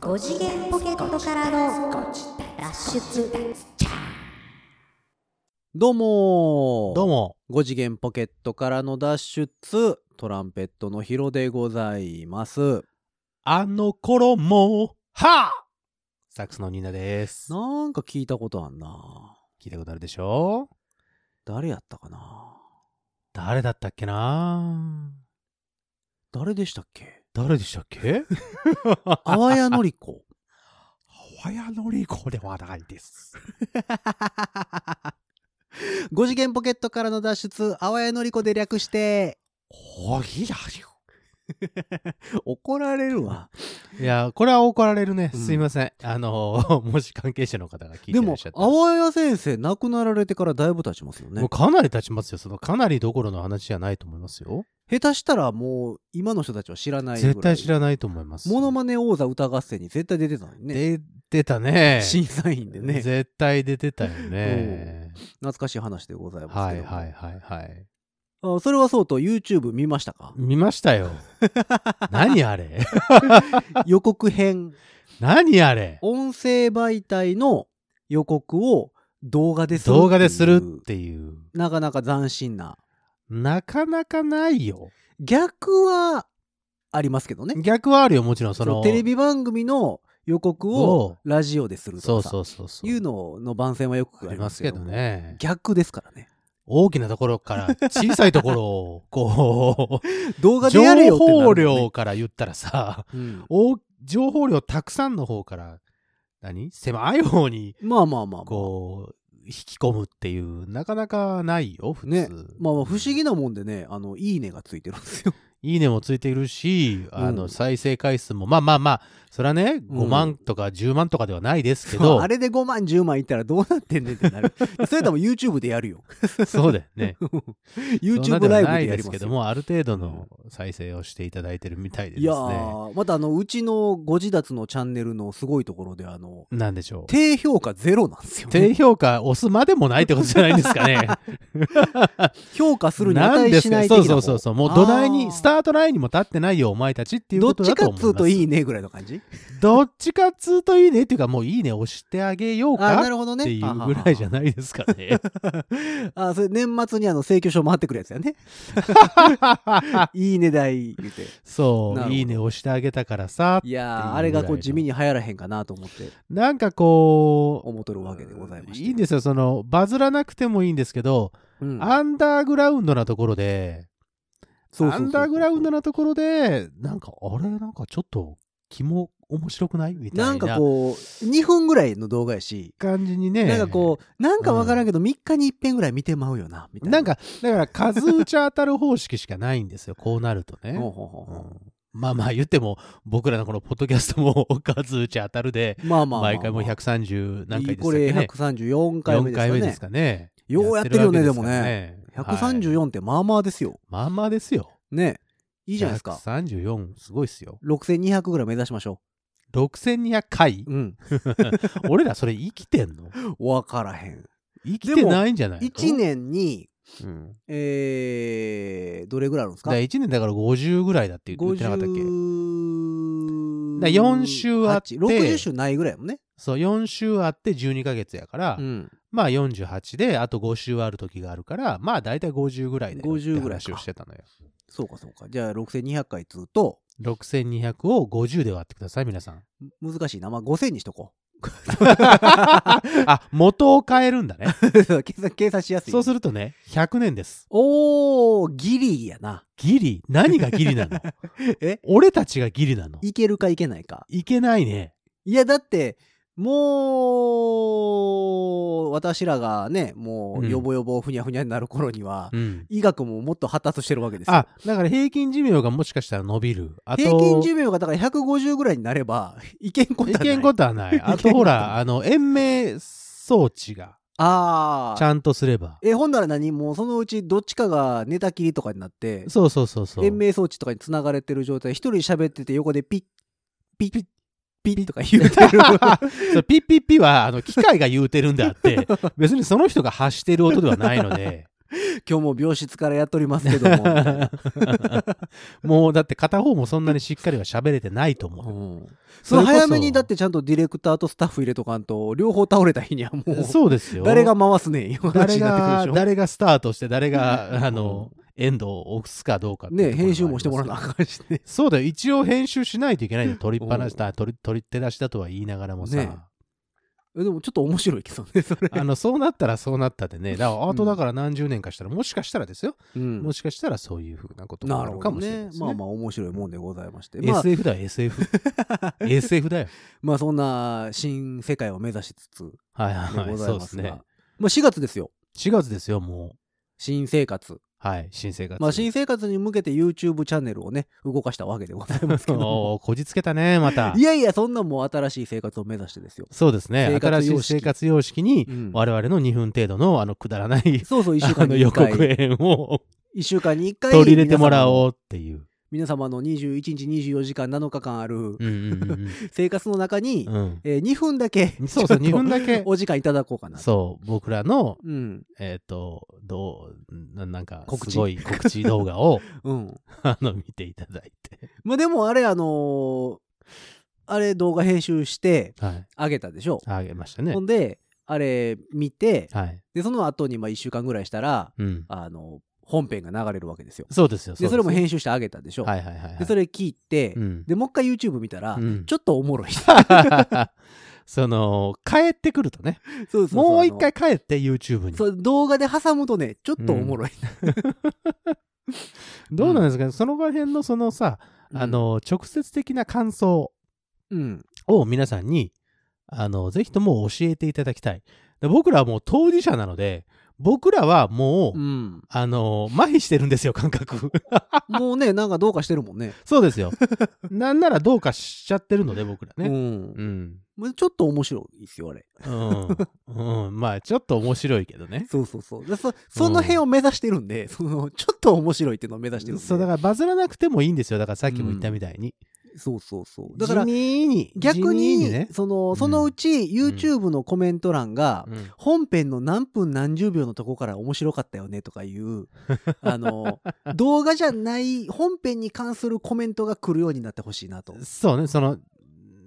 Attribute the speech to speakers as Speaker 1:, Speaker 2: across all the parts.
Speaker 1: 5次元ポケットからの脱出
Speaker 2: どうもー
Speaker 3: どうも。
Speaker 2: 5次元ポケットからの脱出トランペットのヒロでございます
Speaker 3: あの頃も、はあサックスのニーナです。
Speaker 2: なんか聞いたことあんな
Speaker 3: 聞いたことあるでしょ
Speaker 2: 誰やったかな
Speaker 3: 誰だったっけな
Speaker 2: 誰でしたっ け
Speaker 3: 誰でしたっけ
Speaker 2: あわやのりこ
Speaker 3: ハワヤのりこではないです。
Speaker 2: 5次元ポケットからの脱出あわやのりこで略して
Speaker 3: おぎらよ。
Speaker 2: 怒られるわ
Speaker 3: いや、これは怒られるね。
Speaker 2: うん
Speaker 3: すいません。あの、 もし関係者の方が聞
Speaker 2: で
Speaker 3: いてら
Speaker 2: も
Speaker 3: っしゃったら
Speaker 2: あわや先生亡くなられてからだいぶ経ちますよ
Speaker 3: も
Speaker 2: ね
Speaker 3: うかなり経ちますよ。そのかなりどころの話じゃないと思いますよ。
Speaker 2: 下手したらもう今の人たちは知らないぐらい
Speaker 3: 絶対知らないと思います。
Speaker 2: モノマネ王座歌合戦に絶対出てたのにね
Speaker 3: で出たね。
Speaker 2: 審査員でね
Speaker 3: 絶対出てたよね。
Speaker 2: 懐かしい話でございます
Speaker 3: は
Speaker 2: け
Speaker 3: い
Speaker 2: ども
Speaker 3: はいはいはい。
Speaker 2: あそれはそうと YouTube 見ました か
Speaker 3: 見ましたよ。何あれ
Speaker 2: 予告編
Speaker 3: 何あれ
Speaker 2: 音声媒体の予告を動画でするっていう
Speaker 3: 動画でするっていう。
Speaker 2: なかなか斬新な
Speaker 3: なかなかないよ。
Speaker 2: 逆はありますけどね
Speaker 3: 逆はあるよ、もちろん。
Speaker 2: そ
Speaker 3: その
Speaker 2: のテレビ番組の予告を
Speaker 3: を
Speaker 2: ラジオですると
Speaker 3: そう
Speaker 2: か
Speaker 3: そうそうそう。
Speaker 2: いうのの番宣はよく
Speaker 3: あ
Speaker 2: あ
Speaker 3: り
Speaker 2: り
Speaker 3: ま
Speaker 2: ますす
Speaker 3: け
Speaker 2: け
Speaker 3: ど
Speaker 2: ど
Speaker 3: ね。
Speaker 2: 逆ですからね
Speaker 3: 大きなところ から小さいところを、こ
Speaker 2: 動
Speaker 3: う、
Speaker 2: 画でやれよ
Speaker 3: 情
Speaker 2: ってなるも
Speaker 3: 報
Speaker 2: んね
Speaker 3: 量から言ったらさ、
Speaker 2: うん
Speaker 3: お情報量たくさんの方から、何狭い方に、
Speaker 2: まあまあまあまあ
Speaker 3: こう、引き込むっていう、なかなかないよ、普通。
Speaker 2: ねまあまあ不思議なもんでねあのいいねがついてるんですよ
Speaker 3: いいねもついてるし、あ
Speaker 2: うん
Speaker 3: の、再生回数も、まあまあまあ、それはね、
Speaker 2: うん
Speaker 3: 5万とか10万とかではないですけ
Speaker 2: そう
Speaker 3: ど、
Speaker 2: あれで5万10万いったらどうなってんねんってな るそれとも YouTube でやるよ
Speaker 3: そうだよね。そんな
Speaker 2: YouTube
Speaker 3: で
Speaker 2: ラ
Speaker 3: は
Speaker 2: イブ
Speaker 3: ない
Speaker 2: でや
Speaker 3: で
Speaker 2: り
Speaker 3: す
Speaker 2: ま
Speaker 3: け
Speaker 2: す
Speaker 3: ど
Speaker 2: よ
Speaker 3: も、ある程度の再生をしていただいてるみたいで
Speaker 2: い
Speaker 3: で
Speaker 2: や
Speaker 3: すね。
Speaker 2: ーまたあのうちのご自立のチャンネルのすごいところであの
Speaker 3: なんでしょう。
Speaker 2: 低評価ゼロなんですよ、ね
Speaker 3: 低、評価押すまでもないってことじゃないんですかね。
Speaker 2: 評価 するに
Speaker 3: なん
Speaker 2: 値
Speaker 3: です
Speaker 2: しな
Speaker 3: か
Speaker 2: い的
Speaker 3: そ
Speaker 2: な
Speaker 3: うそうそうそう。もう土台に、スタートラインにも立ってないよ、お前たちっ
Speaker 2: ー
Speaker 3: ていう
Speaker 2: どっ
Speaker 3: こと
Speaker 2: ち
Speaker 3: だ
Speaker 2: か
Speaker 3: と
Speaker 2: っ
Speaker 3: 思います。
Speaker 2: つうといいねぐらいの感じ
Speaker 3: どっちかっつうといいねっていうか、もういいね押してあげよう
Speaker 2: あー
Speaker 3: か
Speaker 2: なるほどね
Speaker 3: っていうぐらいじゃ
Speaker 2: い
Speaker 3: ないですか ね。
Speaker 2: あーそれ年末にあの請求書回ってくるやつやねいいね代言うて
Speaker 3: そ
Speaker 2: なるほ
Speaker 3: う、
Speaker 2: ど
Speaker 3: いいね押してあげたからさ、
Speaker 2: いや
Speaker 3: っていうぐらい
Speaker 2: ー
Speaker 3: の
Speaker 2: あれがこう地味に流行らへんかなと思って
Speaker 3: なんかこ
Speaker 2: 思っとる
Speaker 3: う、
Speaker 2: わけでございまして
Speaker 3: いいんですよ、その、バズらなくてもいいんですけど、
Speaker 2: うん
Speaker 3: アンダーグラウンドなところで、
Speaker 2: そうそうそうそう
Speaker 3: アンダーグラウンドなところで、なんか、あれ、なんかちょっと、気も面白くないみたいな。
Speaker 2: なんかこう2分ぐらいの動画やし
Speaker 3: 感じにね。
Speaker 2: なんかこうなんかわからんけど3日に一遍ぐらい見てまうよなみたいな
Speaker 3: なんか、だから、数打ち当たる方式しかないんですよ、こうなるとね。
Speaker 2: ほうほうほうほう
Speaker 3: うんまあまあ言っても僕らのこのポッドキャストも 数打ち当たるで
Speaker 2: まあまあまあまあ
Speaker 3: 毎回もう130何回でしたっけね
Speaker 2: これ134回目
Speaker 3: 4
Speaker 2: ですかね
Speaker 3: 回目ですかね。
Speaker 2: ようやってるよね
Speaker 3: や
Speaker 2: で
Speaker 3: っ
Speaker 2: も
Speaker 3: てるわけ
Speaker 2: ね
Speaker 3: すからねはい
Speaker 2: 134ってまあまあですよ
Speaker 3: まあまあですよ。
Speaker 2: ねいいじゃないですか
Speaker 3: 134、すごいっすよ。
Speaker 2: 6200ぐらい目指しましょ
Speaker 3: 6200回
Speaker 2: ううん
Speaker 3: 俺らそれ生きてんの
Speaker 2: わからへん
Speaker 3: 生きてないんじゃないの
Speaker 2: 1。年に
Speaker 3: うん
Speaker 2: えーどれぐらいあるんですか
Speaker 3: だから1年だから50ぐらいだって言ってなかったっけ
Speaker 2: 50
Speaker 3: だから4週あって
Speaker 2: 60週ないぐらいやもんね
Speaker 3: そう、4週あって12ヶ月やから、
Speaker 2: うん
Speaker 3: まあ48で、あと5週ある時があるから、まあ大体50ぐらいで。
Speaker 2: 50ぐらいか
Speaker 3: 話をしてたのよ。
Speaker 2: そうかそうかじゃあ6200回つうと
Speaker 3: 6200を50で割ってください、皆さん。
Speaker 2: 難しいなまあ5000にしとこ
Speaker 3: あ、元を変えるんだ ね。
Speaker 2: う計算 計算しやすい
Speaker 3: そうす
Speaker 2: る
Speaker 3: るとね、100年です。
Speaker 2: おーギリやな
Speaker 3: ギリ何がギリなの
Speaker 2: え
Speaker 3: 俺たちがギリなの
Speaker 2: いけるかいけないか
Speaker 3: いけないね。
Speaker 2: いやだってもう私らがねもう
Speaker 3: うん
Speaker 2: よぼよぼふにゃふにゃになる頃には、
Speaker 3: うん。
Speaker 2: 医学ももっと発達してるわけですよ
Speaker 3: あ、だから平均寿命がもしかしたら伸びる。あと、
Speaker 2: 平均寿命がだから150ぐらいになれば いけんこと
Speaker 3: い
Speaker 2: はない
Speaker 3: けんことはない。あとほら、あの、延命装置が
Speaker 2: ああ
Speaker 3: ちゃんとすれば。
Speaker 2: え、ほんなら何もうそのうちどっちかが寝たきりとかになって、
Speaker 3: そうそうそうそう。
Speaker 2: 延命装置とかに繋がれてる状態、一人喋ってて横でピッ、ピッ、ピッとか言う てる。
Speaker 3: そ うピッピッピは、あの、機械が言うてるんであって、別にその人が発してる音ではないので、
Speaker 2: 今日も病室からやっておりますけども。
Speaker 3: もうだって片方もそんなにしっかりは喋れてないと思う。
Speaker 2: その早めにだってちゃんとディレクターとスタッフ入れとかんと両方倒れた日にはも う
Speaker 3: そうですよ。
Speaker 2: 誰が回すねんいう話
Speaker 3: 誰
Speaker 2: になっ
Speaker 3: が
Speaker 2: てくるでしょ
Speaker 3: 誰がスタートして誰があのエンドを押すかどうかっていう
Speaker 2: ね
Speaker 3: ところがあり
Speaker 2: 編
Speaker 3: ます
Speaker 2: 集もしてもらわなあかんしね。
Speaker 3: そうだよ一応編集しないとい けないんだよ取りっぱなし
Speaker 2: うん
Speaker 3: だ取り取り手出しだとは言いながらもさ、
Speaker 2: ね えでもちょっと面白いきそうね、それ。
Speaker 3: あのそうなったらそうなった でねだからアートだから何十年かしたら、もしかしたらですよ、
Speaker 2: うん
Speaker 3: もしかしたらそういうふうなことも
Speaker 2: な
Speaker 3: あ
Speaker 2: る
Speaker 3: る
Speaker 2: ほ
Speaker 3: か
Speaker 2: ど
Speaker 3: もしれない
Speaker 2: ね
Speaker 3: ですね
Speaker 2: まあまあ面白いもんでございまして。まあ、
Speaker 3: SF だよ SF SF だよ
Speaker 2: まあそんな新世界を目指しつつ
Speaker 3: はい
Speaker 2: で
Speaker 3: はい、
Speaker 2: ござい
Speaker 3: そう
Speaker 2: ま
Speaker 3: で
Speaker 2: す
Speaker 3: す
Speaker 2: が。
Speaker 3: ね
Speaker 2: まあ4月ですよ。
Speaker 3: 4月ですよもう
Speaker 2: 新生活。
Speaker 3: はい新生活
Speaker 2: まあ新生活に向けて YouTube チャンネルをね、動かしたわけでございますけど も。
Speaker 3: おーこじつけたねまた
Speaker 2: いやいや、そんなもう新しい生活を目指してですよ。
Speaker 3: そうですね
Speaker 2: 生
Speaker 3: 新
Speaker 2: 活様
Speaker 3: し
Speaker 2: 式
Speaker 3: い生活様式に
Speaker 2: うん
Speaker 3: 我々の2分程度のあのくだらない
Speaker 2: そうそう、1週
Speaker 3: あ
Speaker 2: 間
Speaker 3: の
Speaker 2: に1
Speaker 3: 予
Speaker 2: 回。
Speaker 3: 告編を
Speaker 2: 一週間に一回
Speaker 3: 取り入れてもらおうっていう。
Speaker 2: 皆様の皆様の21日24時間7日間ある
Speaker 3: うんうん
Speaker 2: 生活の中に、
Speaker 3: うん
Speaker 2: えー、2分だけ
Speaker 3: うんそうそう、
Speaker 2: ちょっ
Speaker 3: 2
Speaker 2: と
Speaker 3: 分だけ。
Speaker 2: お時間いただこうかな
Speaker 3: そう、僕らの、
Speaker 2: うん
Speaker 3: えっ、と、どう、ななんか、
Speaker 2: 告知
Speaker 3: すごい告知動画を、
Speaker 2: うん
Speaker 3: あの、見ていただいて。
Speaker 2: まあでもあれあのーあれ動画編集して
Speaker 3: はい。
Speaker 2: あげたでしょ、
Speaker 3: あげましたね
Speaker 2: ほ。んであれ見て
Speaker 3: はい。
Speaker 2: でその後にまあ1週間ぐらいしたら
Speaker 3: うん。
Speaker 2: あの本編が流れるわけですよ
Speaker 3: そうですよ。
Speaker 2: でそれも
Speaker 3: 編
Speaker 2: 編集してあげたでしょ、
Speaker 3: はいはいはいはい。
Speaker 2: でそれ聞いて、
Speaker 3: うん、
Speaker 2: でもう一回 YouTube 見たら、
Speaker 3: うん
Speaker 2: ちょっとおもろい
Speaker 3: その、帰ってくるとね、
Speaker 2: そうそうそう
Speaker 3: もう一
Speaker 2: あの
Speaker 3: 回帰って YouTube に。
Speaker 2: そう動画で挟むとねちょっとおもろい、
Speaker 3: どうなんですかね、その辺のそのさ、あの、直接的な感想。
Speaker 2: うん
Speaker 3: を皆さんに、あの、ぜひとも教えていただきたい。で僕らはもう当事者なので、僕らはもう、
Speaker 2: うん、
Speaker 3: あの、麻痺してるんですよ、感 覚。
Speaker 2: もうねなんかどうかしてるもんね
Speaker 3: そうですよ。なんならどうかしちゃってるので、僕ら
Speaker 2: う
Speaker 3: ね。
Speaker 2: ん
Speaker 3: うん。
Speaker 2: もうちょっと面白いですよあれ
Speaker 3: うん。うん。まあ、ちょっと面白いけどね。
Speaker 2: そうそうそうでそその辺を目指してるんで、そのちょっと面白いっていうのを目指してるんで
Speaker 3: そう、だからバズらなくてもいいんですよ。だからさっきも言ったみたいに。
Speaker 2: そうそうそうだから
Speaker 3: 地味に。
Speaker 2: 逆
Speaker 3: 地味
Speaker 2: に
Speaker 3: ね。
Speaker 2: そ
Speaker 3: うん
Speaker 2: のそのうち YouTube のコメント欄が、
Speaker 3: うん
Speaker 2: 本編の何分何十秒のとこから面白かったよねとかいう あの動画じゃない本編に関するコメントが来るようになってほしいなと
Speaker 3: そうね、その、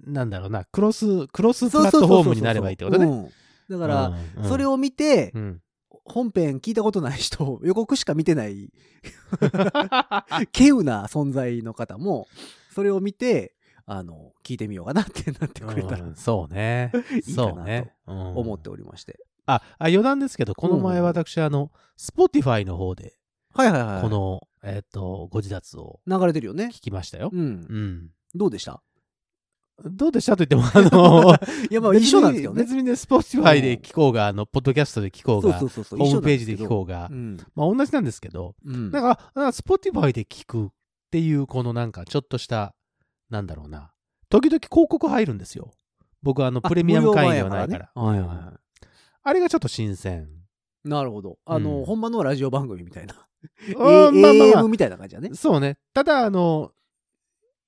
Speaker 3: なんだろうな、クロス、クロスプラットフォームになればいいってことね。
Speaker 2: ね、うんだから、それ
Speaker 3: を、
Speaker 2: を見て、
Speaker 3: うん
Speaker 2: 本編聞いたことない人、予告しか見て ない、稀有な存在の方も、それを見て、あの、聞いてみようかなってなってくれたら
Speaker 3: うんそうね
Speaker 2: いいかなと
Speaker 3: そうね思
Speaker 2: 思っておりまして。
Speaker 3: ああ余談ですけどこの前
Speaker 2: うん
Speaker 3: 私、あの Spotify の方で
Speaker 2: はいはいはい。
Speaker 3: この、えっ、とご自立を
Speaker 2: 流れてるよね。
Speaker 3: 聞きましたよ
Speaker 2: う、ん。
Speaker 3: うん
Speaker 2: どうでした
Speaker 3: どうでしたと言ってもあの
Speaker 2: い や、まあ一緒なんですけどね。
Speaker 3: 別にね Spotify で聞こうがあのポッドキャストで聞こう
Speaker 2: そう
Speaker 3: が
Speaker 2: そうそうそう。
Speaker 3: ホームページで聞こうが、
Speaker 2: う。うん。
Speaker 3: まあ、同じなんですけど、
Speaker 2: うん。
Speaker 3: なんかなんか Spotify で聞くっていうこのなんかちょっとしたなんだろうな時々広告入るんですよ僕あの
Speaker 2: あ
Speaker 3: プレミアム会員ではない
Speaker 2: 無
Speaker 3: か
Speaker 2: 料
Speaker 3: ら
Speaker 2: 版やねはいはいは
Speaker 3: あれがちょっと新鮮
Speaker 2: い。なるほど。あ
Speaker 3: うん
Speaker 2: の、ほんまのラジオ番組みたいな。
Speaker 3: うん
Speaker 2: A-
Speaker 3: まあまあまあ
Speaker 2: AM みたいな感じ だね。
Speaker 3: そうね。ただ、あの、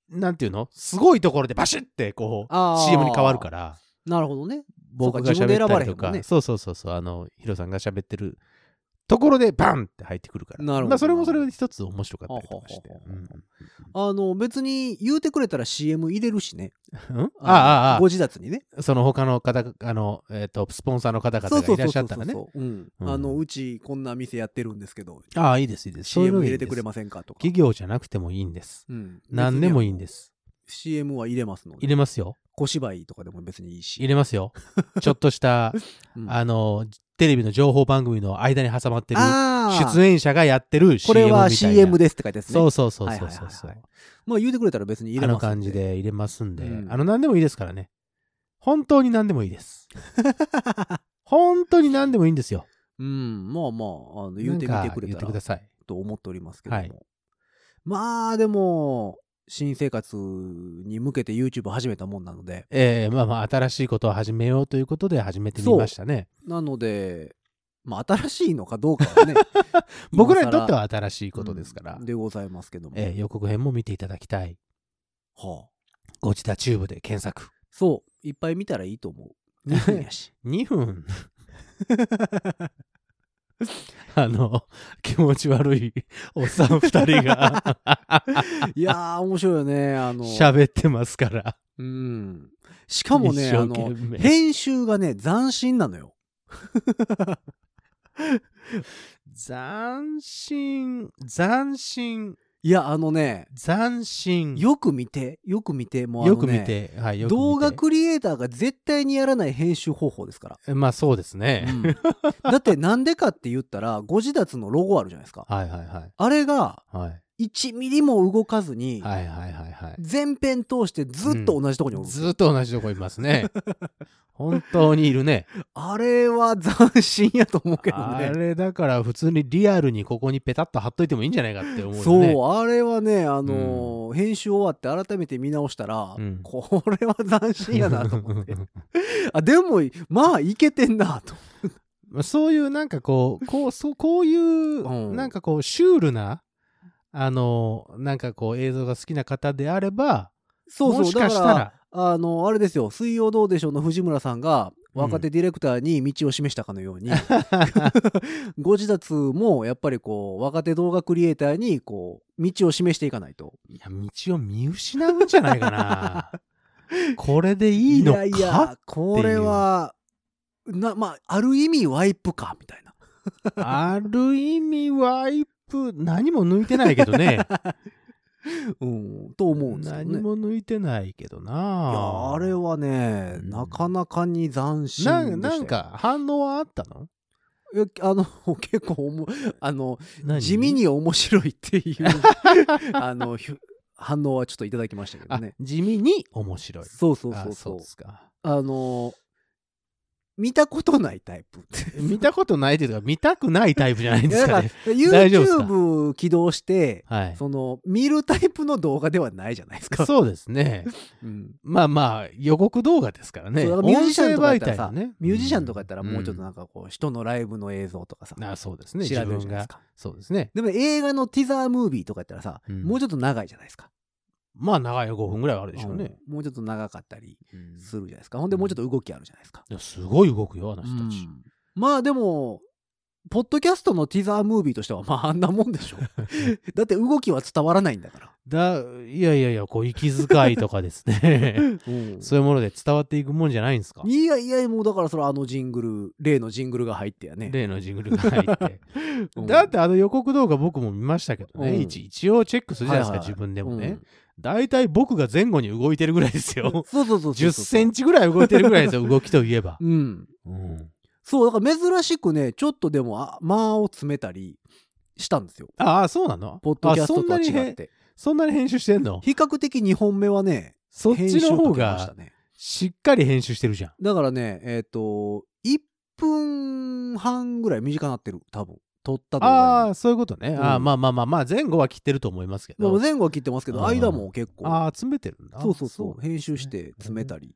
Speaker 3: なんていうのすごいところでバシッってこ
Speaker 2: あ
Speaker 3: う、
Speaker 2: ー
Speaker 3: CM に変わるから、
Speaker 2: なるほどね。
Speaker 3: 僕が
Speaker 2: そうか自分で
Speaker 3: 喋
Speaker 2: 選
Speaker 3: った
Speaker 2: ば
Speaker 3: り
Speaker 2: れへんも
Speaker 3: とか、
Speaker 2: んね
Speaker 3: そうそうそうそう、あの、ヒロさんが喋ってるところでバンって入ってくるから。
Speaker 2: なるほど
Speaker 3: まあ、それもそれで一つ面白かったりとかして
Speaker 2: はは。
Speaker 3: う
Speaker 2: はは
Speaker 3: ん
Speaker 2: あの、別に言うてくれたら CM 入れるしね。
Speaker 3: うんああ、ああ
Speaker 2: ご自立にね。
Speaker 3: ああ、その他の方、あの、えっと、スポンサーの方々
Speaker 2: そう
Speaker 3: が
Speaker 2: そう
Speaker 3: いら
Speaker 2: そう
Speaker 3: っし
Speaker 2: そ
Speaker 3: ゃ
Speaker 2: う
Speaker 3: ったらね。
Speaker 2: そううん
Speaker 3: うん
Speaker 2: あのうちこんな店やってるんですけど
Speaker 3: ああ、いいです、いいです。そういうの
Speaker 2: CM
Speaker 3: で
Speaker 2: 入
Speaker 3: いい
Speaker 2: れ
Speaker 3: で
Speaker 2: て
Speaker 3: す
Speaker 2: くれませんかとか、
Speaker 3: 企業じゃなくてもいいんです。
Speaker 2: うん、
Speaker 3: 何でもいいんですす。
Speaker 2: CM は入れますの
Speaker 3: 入
Speaker 2: で
Speaker 3: れますよ。
Speaker 2: 小芝居とかでも別にいいし
Speaker 3: 入れま すよ。ちょっとした、
Speaker 2: うん
Speaker 3: あの、テレビの情報番組の間に挟まってる、
Speaker 2: あー
Speaker 3: 出演者がやってる CM みたいな。
Speaker 2: これは CM
Speaker 3: で
Speaker 2: ですって書いてあるんですね
Speaker 3: そうそうそう
Speaker 2: はい
Speaker 3: そ
Speaker 2: は
Speaker 3: う
Speaker 2: いはい
Speaker 3: そ
Speaker 2: はい
Speaker 3: うそう。
Speaker 2: まあ言うてくれたら別に入
Speaker 3: あ
Speaker 2: れます
Speaker 3: の
Speaker 2: んで
Speaker 3: 感じで入れますんで、
Speaker 2: うん
Speaker 3: あの、何でもいいですからね。本当に何でもいい です。本当に何でもいいんですよ。
Speaker 2: うんまあまああの言うてみ
Speaker 3: なん
Speaker 2: て
Speaker 3: か
Speaker 2: くれ
Speaker 3: 言ったてくだ
Speaker 2: ら
Speaker 3: さい。
Speaker 2: と思っておりますけども、
Speaker 3: はい
Speaker 2: まあでも新生活に向けて YouTube 始めたもんなので
Speaker 3: ええまあまあ、新しいことを始めようということで始めてみましたね。
Speaker 2: なのでまあ新しいのかどうか はね
Speaker 3: 僕らにとって
Speaker 2: は
Speaker 3: は新しいことですから、
Speaker 2: うんでございますけども、
Speaker 3: ええ予告編も見ていただきたい。
Speaker 2: はあ、
Speaker 3: ゴチダチューブで検索。
Speaker 2: そういっぱい見たらいいと思う2分やし
Speaker 3: 2分。 あの、気持ち悪いおっさん二人が
Speaker 2: いやー、面白いよね。あの、
Speaker 3: 喋ってますから。
Speaker 2: うん。しかもね、あ
Speaker 3: 一生
Speaker 2: の
Speaker 3: 懸、命
Speaker 2: 編集がね、斬新なのよ。
Speaker 3: 斬新、斬新、
Speaker 2: いや、あのね、
Speaker 3: 斬新。
Speaker 2: よく見て、よく見て、もうあの、ね、
Speaker 3: よく見て、はい、よく見て
Speaker 2: 動画クリエイターが絶対にやらない編集方法ですから。
Speaker 3: まあそうです
Speaker 2: う
Speaker 3: ね。
Speaker 2: んだってなんでかって言ったら、ご自立のロゴあるじゃないですか。
Speaker 3: はいはいはい。
Speaker 2: あれが
Speaker 3: はい
Speaker 2: 1ミリも動かずに、
Speaker 3: はいはいはいはい。
Speaker 2: 全編通してずっと同じとこに置く、
Speaker 3: ずーっと同じとこいま すね。本当にいるね。
Speaker 2: あれは斬新やと思うけど
Speaker 3: あ
Speaker 2: ね。
Speaker 3: れだから普通にリアルにここにペタッと貼っといてもいいんじゃないかって思う
Speaker 2: そ
Speaker 3: よね。
Speaker 2: う、あれはね、あのー編集終わって改めて見直したら、
Speaker 3: うん
Speaker 2: これは斬新やなと思って。あ、でも、まあ、いけてんなと。
Speaker 3: まあそういうなんかこう、こう、そう、こういうう、
Speaker 2: ん
Speaker 3: なんかこう、シュールな、あの、なんかこう、映像が好きな方であれば、
Speaker 2: そうそう、
Speaker 3: もしかした
Speaker 2: だから
Speaker 3: ら、
Speaker 2: あの、あれですよ、水曜どうでしょうの藤村さんが、若手ディレクターに道を示したかのよう に、ご自立もやっぱりこう、若手動画クリエイターに、こう、道を示していかないと。
Speaker 3: いや、道を見失うんじゃないか な。これでいいの
Speaker 2: や
Speaker 3: か
Speaker 2: いや、これは、な、まあ、ある意味ワイプか、みたいな。
Speaker 3: ある意味、ワイプ、何も抜いてないけどね。
Speaker 2: うん、と思うんですよ
Speaker 3: 何
Speaker 2: ね。
Speaker 3: も抜いてないけど
Speaker 2: い
Speaker 3: な。
Speaker 2: やあれはね、
Speaker 3: うん
Speaker 2: なかなかに斬新でした
Speaker 3: な
Speaker 2: よ
Speaker 3: んなんか反応はあったの
Speaker 2: いやあの 結構おもあの
Speaker 3: 何
Speaker 2: 地味に面白いって いうあのひゅ反応はちょっといただきましたけど
Speaker 3: あ
Speaker 2: ね。
Speaker 3: 地味に面白い。
Speaker 2: そうそう
Speaker 3: あ
Speaker 2: そう
Speaker 3: そ
Speaker 2: そうう
Speaker 3: ですか。
Speaker 2: あの見たことないタイプ
Speaker 3: 見たことないというか、見たくないタイプじゃないん
Speaker 2: い
Speaker 3: で
Speaker 2: や
Speaker 3: す
Speaker 2: だか
Speaker 3: からね。 大丈夫ですか
Speaker 2: YouTube 起動して
Speaker 3: はい。
Speaker 2: その見るタイプの動画ではないじゃないですか。
Speaker 3: そうですね。
Speaker 2: うん
Speaker 3: まあまあ、予告動画ですからね。
Speaker 2: そうだからミュージシャンとかや
Speaker 3: 音
Speaker 2: った
Speaker 3: 声
Speaker 2: ら
Speaker 3: 媒体の
Speaker 2: さ、
Speaker 3: ね。
Speaker 2: ミュージシャンとかやったらもうちょっとなんんかこう人のライブの映像とかさ、
Speaker 3: あそうですね。
Speaker 2: 調
Speaker 3: 自
Speaker 2: べるじ
Speaker 3: 分
Speaker 2: ゃないで
Speaker 3: が
Speaker 2: す。か。
Speaker 3: そうですね。
Speaker 2: でも映画のティザームービーとかやったらさ、
Speaker 3: うん
Speaker 2: もうちょっと長いじゃないですか。
Speaker 3: まあ、長いよ5分ぐらいはあるでしょうね。
Speaker 2: うんもうちょっと長かったり
Speaker 3: うん
Speaker 2: するじゃないですか。ほんでもうちょっと動きあるじゃないですか。
Speaker 3: いやすごい動くよ、あの人たち。
Speaker 2: うんまあでも、ポッドキャストのティザームービーとしてはまああんなもんで しょ。だって動きは伝わらないんだから。
Speaker 3: だ、いやいやいや、こう、息遣いとかですね。そういうもので伝わっていくもんじゃないんですか。
Speaker 2: いやいや、もうだからそれはあのジングル、例のジングルが入ってやね。
Speaker 3: 例のジングルが入 って。
Speaker 2: うん
Speaker 3: だってあの予告動画僕も見ましたけど
Speaker 2: う
Speaker 3: ね。
Speaker 2: ん
Speaker 3: 一一応チェックするじゃないですか、
Speaker 2: はいはい
Speaker 3: 自分でも
Speaker 2: う
Speaker 3: ね
Speaker 2: ん。
Speaker 3: 大体僕が前後に動いてるぐらいです よ。
Speaker 2: そうそうそうそうそう。
Speaker 3: 10センチぐらい動いてるぐらいですよ、動きといえ ば。
Speaker 2: うん。
Speaker 3: うん
Speaker 2: そう、だから珍しくね、ちょっとでも、あ、間を詰めたりしたんですよ。
Speaker 3: ああ、そうなの
Speaker 2: ポッドキャストとは
Speaker 3: あそんな
Speaker 2: 違
Speaker 3: に
Speaker 2: っ
Speaker 3: へ
Speaker 2: て。
Speaker 3: そんなに編集してんの
Speaker 2: 比較的2本目はね、
Speaker 3: そっちの方
Speaker 2: 編集かけました
Speaker 3: が
Speaker 2: ね。
Speaker 3: しっかり編集してるじゃん。
Speaker 2: だからね、えっ、と、1分半ぐらい短なってる、多分。撮ったと
Speaker 3: あ
Speaker 2: 思
Speaker 3: あ、そういうことね。ああ
Speaker 2: うん
Speaker 3: まあまあまあまあ、前後は切ってると思いますけ
Speaker 2: でも
Speaker 3: ど。
Speaker 2: 前後は切ってますけど、
Speaker 3: うん
Speaker 2: 間も結構。
Speaker 3: ああ、詰めてるんだ。
Speaker 2: そうそうそう。編集し
Speaker 3: ね
Speaker 2: て詰めたり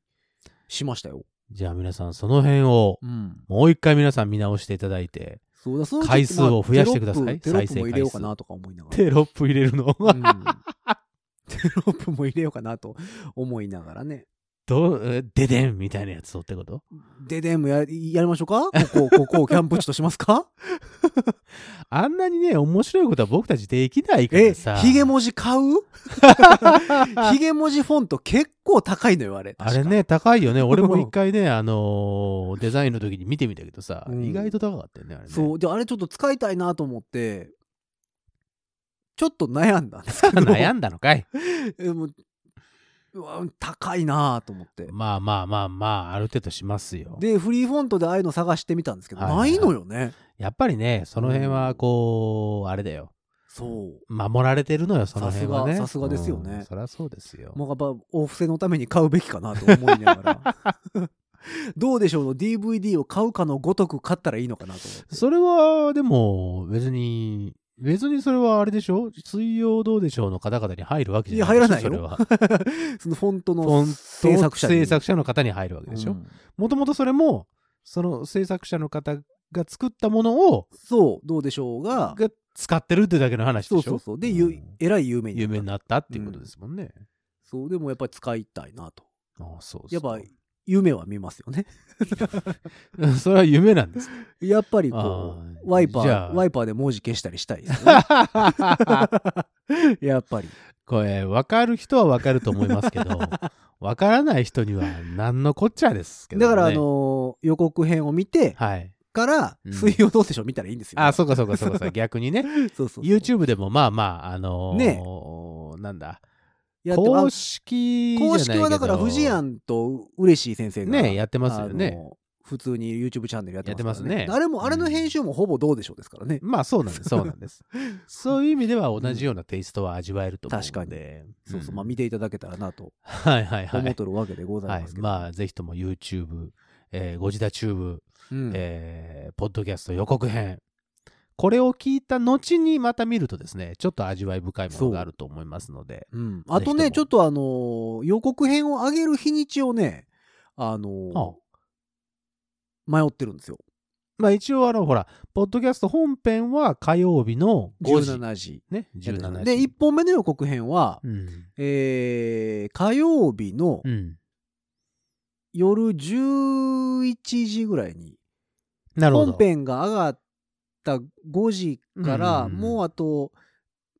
Speaker 2: しましたよ。
Speaker 3: じゃあ皆さん、その辺を
Speaker 2: うん。
Speaker 3: もう一回皆さん見直していただいて、
Speaker 2: そうだそのうち
Speaker 3: 回数を増やしてください
Speaker 2: まあテロップテロップも
Speaker 3: 再生回数
Speaker 2: 入れようかなとか思いながら。
Speaker 3: テロップ入れるの。
Speaker 2: うんテロップも入れようかなと思いながらね。
Speaker 3: どう、えででんみたいなやつをってこと
Speaker 2: デデンもややりましょうかここ、ここをキャンプ地としますか
Speaker 3: あんなにね、面白いことは僕たちできないか
Speaker 2: え
Speaker 3: らさ。、
Speaker 2: ヒゲ文字買 うヒゲ文字フォント結構高いのよ、あれ。
Speaker 3: あれね、高いよね。俺も一回 ね、あのーデザインの時に見てみたけどさ、
Speaker 2: うん
Speaker 3: 意外と高かったよね、あれ
Speaker 2: 確
Speaker 3: ね。
Speaker 2: か。そう。で、あれちょっと使いたいなと思って、ちょっと悩んだんですけ ど。
Speaker 3: 悩
Speaker 2: ん
Speaker 3: んだのかい。
Speaker 2: でもうわ高いなと思って。
Speaker 3: まあまあまあまあ、ある程度しますよ。
Speaker 2: で、フリーフォントでああいうの探してみたんですけど、
Speaker 3: はいはいはい
Speaker 2: ないのよね。
Speaker 3: やっぱりね、その辺はこう、あれだよ。
Speaker 2: そう。
Speaker 3: 守られてるのよ、その辺はね。
Speaker 2: さすがさすがですよね
Speaker 3: うんそりゃそうですよ。
Speaker 2: もうやっぱお布施のために買うべきかなと思いながら。 どうでしょうの DVD を買うかのごとく買ったらいいのかなと思って。
Speaker 3: それは、でも、別に、別にそれはあれでしょ水曜どうでしょうの方々に入るわけじゃない
Speaker 2: いや
Speaker 3: でしょ
Speaker 2: 入らないよ
Speaker 3: それは。
Speaker 2: そのフォント
Speaker 3: フォ
Speaker 2: の
Speaker 3: ント
Speaker 2: 制作者に
Speaker 3: 制作者の方に入るわけでし
Speaker 2: う
Speaker 3: ょ。
Speaker 2: ん
Speaker 3: もともとそれも、その制作者の方が作ったものを、
Speaker 2: そう、どうでしょうが
Speaker 3: が、使ってるってだけの話でし
Speaker 2: そ
Speaker 3: ょ。
Speaker 2: うそうそう。で、
Speaker 3: ん
Speaker 2: ゆえらい有名にな
Speaker 3: 有
Speaker 2: った
Speaker 3: 名になったっていうことですもんね。
Speaker 2: そう、でもやっぱり使いたいなと。
Speaker 3: ああ、そう
Speaker 2: やっ
Speaker 3: そう
Speaker 2: ぱ夢は見ますよね。
Speaker 3: うん それは夢なんです。
Speaker 2: やっぱりこ
Speaker 3: あ
Speaker 2: う、
Speaker 3: ー
Speaker 2: ワイパ
Speaker 3: じゃあ
Speaker 2: ー、ワイパーで文字消したりしたいです よね。やっぱり。
Speaker 3: これ、わかる人はわかると思いますけ ど、わからない人には何のこっちゃですけど、
Speaker 2: だ
Speaker 3: ね。
Speaker 2: から、あ、のー予告編を見て
Speaker 3: はい。
Speaker 2: から、
Speaker 3: うん
Speaker 2: 水曜どうでしょう見たらいいんですよ。
Speaker 3: あ、そうかそうかそう かそうか、逆にね。
Speaker 2: そうそうそう。
Speaker 3: YouTube でもまあまあ、あのー
Speaker 2: ね
Speaker 3: なんだ、
Speaker 2: やって
Speaker 3: 公
Speaker 2: ま
Speaker 3: 式じゃな
Speaker 2: 公
Speaker 3: いけど
Speaker 2: 式はだから、藤井庵と嬉しい先生が。
Speaker 3: ね、やってますよ
Speaker 2: あ
Speaker 3: ね。
Speaker 2: の普通に YouTube チャンネルやってますから
Speaker 3: やってますね
Speaker 2: あれも、あれの編集もほぼどうでしょうですからね。
Speaker 3: まあそ うなんです、そうなんです。そういう意味では同じようなテイストは味わえると思うので。
Speaker 2: 確かにそうそう、まあ
Speaker 3: ん
Speaker 2: 見ていただけたらなと
Speaker 3: はいはいは
Speaker 2: 思っ
Speaker 3: い。
Speaker 2: とるわけでござ
Speaker 3: はいい
Speaker 2: ます、けど。
Speaker 3: まあぜひとも YouTube、えー、ゴジダチューブ、
Speaker 2: うん
Speaker 3: えーポッドキャスト予告編。これを聞いた後にまた見るとですね、ちょっと味わい深いものがあると思いますので。
Speaker 2: うん、あと
Speaker 3: ぜ
Speaker 2: ね、
Speaker 3: ひ
Speaker 2: ち
Speaker 3: と
Speaker 2: ょっと
Speaker 3: も
Speaker 2: あのー予告編を上げる日にちをね、あのー
Speaker 3: あ
Speaker 2: 迷ってるんですよ。
Speaker 3: まあ一応あの、ほら、ポッドキャスト本編は火曜日の5時。
Speaker 2: 17時。
Speaker 3: ね、17時。
Speaker 2: で、1本目の予告編は、
Speaker 3: うん。
Speaker 2: えー火曜日の
Speaker 3: うん。
Speaker 2: 夜11時ぐらいに、
Speaker 3: なるほど。
Speaker 2: 本編が上がった5時から、
Speaker 3: うんうんうん
Speaker 2: もうあと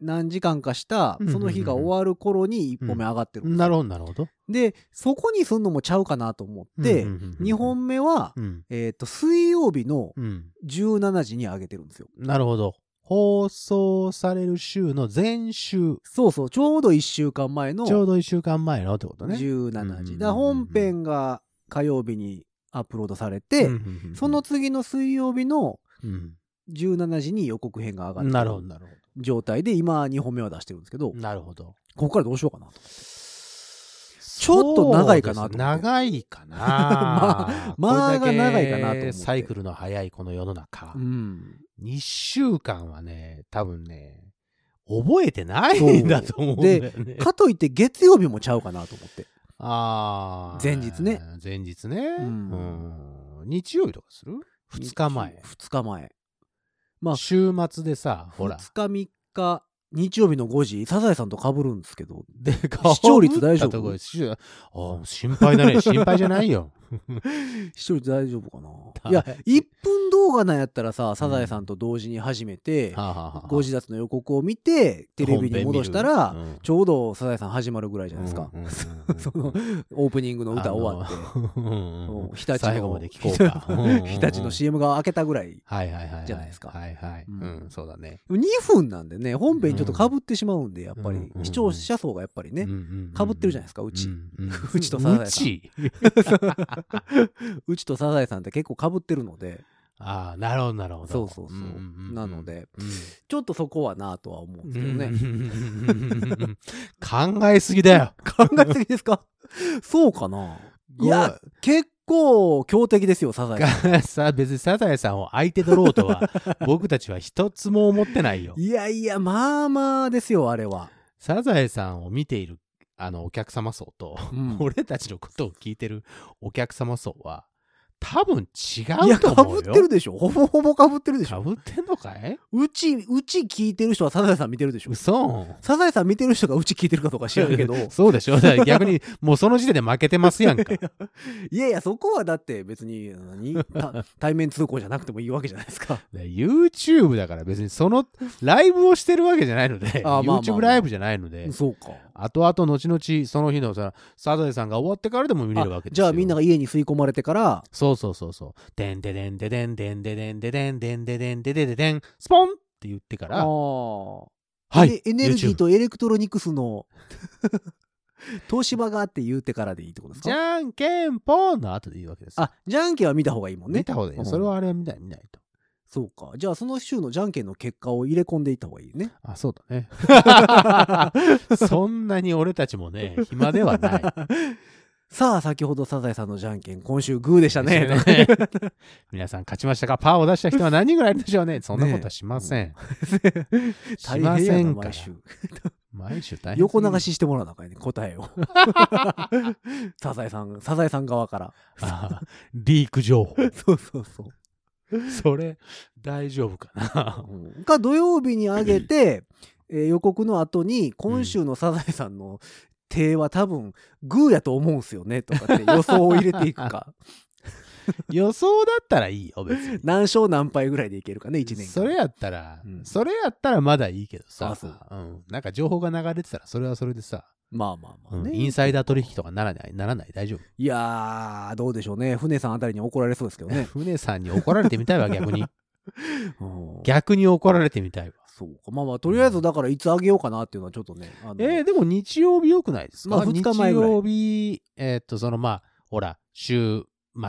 Speaker 2: 何時間かした
Speaker 3: うんうんう、ん
Speaker 2: その日が終わる頃に1本目上がってるんですよ
Speaker 3: なるほど、なるほど。
Speaker 2: で、そこにすんのもちゃうかなと思って、2本目は、
Speaker 3: うん。
Speaker 2: えっ、と、水曜日の
Speaker 3: うん。
Speaker 2: 17時に上げてるんですよ。
Speaker 3: なるほど。放送される週の前週、
Speaker 2: そうそう、ちょうど1週間前の
Speaker 3: ちょ
Speaker 2: 17
Speaker 3: うど1週間前のってことね。
Speaker 2: 時。
Speaker 3: うん
Speaker 2: だから本編が火曜日にアップロードされて、
Speaker 3: うんうんうん
Speaker 2: その、次の水曜日の
Speaker 3: うん
Speaker 2: 17時に予告編が上がって
Speaker 3: なるほど、なるほ
Speaker 2: 状態で、今2本目は出してるんですけど、
Speaker 3: ど。
Speaker 2: こ
Speaker 3: なるほど。
Speaker 2: こからどうしようかなと。
Speaker 3: ち
Speaker 2: ょっと長いかなと思って。
Speaker 3: 長いかな
Speaker 2: まあ
Speaker 3: これだけ
Speaker 2: 間が長いかなと思って
Speaker 3: サイクルの早いこの世の中
Speaker 2: う。ん。
Speaker 3: 2週間はね、多分ね、覚えてないんだと思うんだよね。
Speaker 2: かといって月曜日もちゃうかなと思って。
Speaker 3: ああ。
Speaker 2: 前日ね。
Speaker 3: 前日ね。
Speaker 2: う
Speaker 3: うんん。日曜日とかする ?2 日前。
Speaker 2: 2日前。まあ
Speaker 3: 週末でさ、ほら。
Speaker 2: 2日3日日曜日の5時サザエさんと被るんですけど
Speaker 3: で、
Speaker 2: 視聴率大丈夫
Speaker 3: 被ったとこですしあー心配だね。心配じゃないよ。
Speaker 2: 視聴率大丈夫かな
Speaker 3: はい
Speaker 2: いや1分動画なんやったらさサザエさんと同時に始めて、
Speaker 3: はあはあはあ
Speaker 2: 5時脱の予告を見てテレビに戻した
Speaker 3: 本
Speaker 2: ら、
Speaker 3: 編見るうん
Speaker 2: ちょうどサザエさん始まるぐらいじゃないですか、
Speaker 3: うんうんうん
Speaker 2: そのオープニングの歌終わって、
Speaker 3: あのうんうん
Speaker 2: もう日立
Speaker 3: 最後ま
Speaker 2: の
Speaker 3: で聞こ うか。うんうんうん
Speaker 2: 日立の CM が明けたぐらい
Speaker 3: はいはいはい。
Speaker 2: じゃないですか
Speaker 3: はいはい。
Speaker 2: うん
Speaker 3: うん、そうだね。
Speaker 2: 2分なんでね本編ちょっと被ってしまうんでやっぱり、
Speaker 3: うんうん
Speaker 2: 視聴者層がやっぱりね、
Speaker 3: か
Speaker 2: 被ってるじゃないですかうち、
Speaker 3: う
Speaker 2: うちとサザエさん
Speaker 3: うち
Speaker 2: うちとサザエさんって結構被ってるので
Speaker 3: ああ、なるほど、なるほど。
Speaker 2: そうそうそう,、
Speaker 3: んんうんうん
Speaker 2: なの、で
Speaker 3: うん
Speaker 2: ちょっとそこはなとは思うんですけどね、
Speaker 3: ね。 考えすぎだよ。
Speaker 2: 考えすぎですか そうかないや結構強敵ですよサザエさん
Speaker 3: がさ、別にサザエさんを相手取ろうとは、 僕たちは一つも思ってないよ。
Speaker 2: いやいやまあまあですよあれは、
Speaker 3: サザエさんを見ている、あの、お客様層と、
Speaker 2: うん
Speaker 3: 俺たちのことを聞いてるお客様層は、多分違
Speaker 2: いうや
Speaker 3: と
Speaker 2: 被
Speaker 3: 思うよ。
Speaker 2: ってるでしょほぼほぼ被ってるでし
Speaker 3: か
Speaker 2: ょ
Speaker 3: ぶってんのかいう
Speaker 2: ちうち聞いてる人はサザエさん見てるでしょ
Speaker 3: 嘘。
Speaker 2: サザエさん見てる人がうち聞いてるかどうか知らん けど
Speaker 3: そうでしょだから逆に、もうその時点で負けてます やんか。
Speaker 2: いやいやそこはだって別に何 た対面通行じゃなくてもいいわけじゃないですか
Speaker 3: で YouTube だから別にそのライブをしてるわけじゃないので、
Speaker 2: あまあまあ
Speaker 3: YouTube ライブじゃないので、
Speaker 2: そうか
Speaker 3: 後々後々その日のさサザエさんが終わってからでも見れるわけです
Speaker 2: じ
Speaker 3: よ。
Speaker 2: ゃあみんなが家に吸い込まれてから
Speaker 3: そうそうそうそう。でんででんででんでんででんででんでんででんででででん、スポンって言ってか
Speaker 2: あー
Speaker 3: ら、は
Speaker 2: で
Speaker 3: い、
Speaker 2: エネルギー
Speaker 3: YouTube
Speaker 2: とエレクトロニクスの 東芝があって言うてからでいいってことです
Speaker 3: じ
Speaker 2: か
Speaker 3: ゃんけんぽんの後で言うわけですよ。
Speaker 2: あじゃんけんは見た方がいいもん
Speaker 3: 見
Speaker 2: ね
Speaker 3: た方がいいうよ。
Speaker 2: ん
Speaker 3: それはあれは見ない、見ないと。
Speaker 2: そうかじゃあその週のじゃんけんの結果を入れ込んでいった方がいいね
Speaker 3: あ、そうだ ね。そんなに俺たちもね、暇ではない。
Speaker 2: さあ先ほどサザエさんのじゃんけん今週グーでしたね
Speaker 3: 皆さん勝ちましたかパーを出した人は何人ぐらいいるでしょうねそんなことはしません。 し
Speaker 2: 大
Speaker 3: ま
Speaker 2: 変や
Speaker 3: せ
Speaker 2: なん
Speaker 3: から
Speaker 2: 毎。週
Speaker 3: 毎週大変。
Speaker 2: 横流。ししてもらわなあかんね答 えをサザエさんサザエさん側から
Speaker 3: あーリーク情 報。
Speaker 2: そうそうそう
Speaker 3: それ、大丈夫かな。
Speaker 2: が 土曜日に上げて、えー予告の後に今週のサザエさんの手は多分グーやと思うんすよねとかって予想を入れていく か
Speaker 3: 予想だったらいいよ、別に。
Speaker 2: 何勝何敗ぐらいでいけるかね1年間
Speaker 3: それやったら、
Speaker 2: うん
Speaker 3: それやったらまだいいけどさ
Speaker 2: あそう、
Speaker 3: ん、なんか情報が流れてたらそれはそれでさ、
Speaker 2: まあまあまあ
Speaker 3: う
Speaker 2: ね、
Speaker 3: んインサイダー取引とかならないならない大丈夫、
Speaker 2: いやーどうでしょうね船さんあたりに怒られそうですけど ね、
Speaker 3: 船さんに怒られてみたいわ逆に
Speaker 2: うん
Speaker 3: 逆に怒られてみたいわ
Speaker 2: そうかまあまあとりあえずだからいつあげようかなっていうのはちょっとねあの
Speaker 3: えーでも日曜日よくないですか、
Speaker 2: まあ二日前ぐらい
Speaker 3: 日曜日えーっとそのまあほら週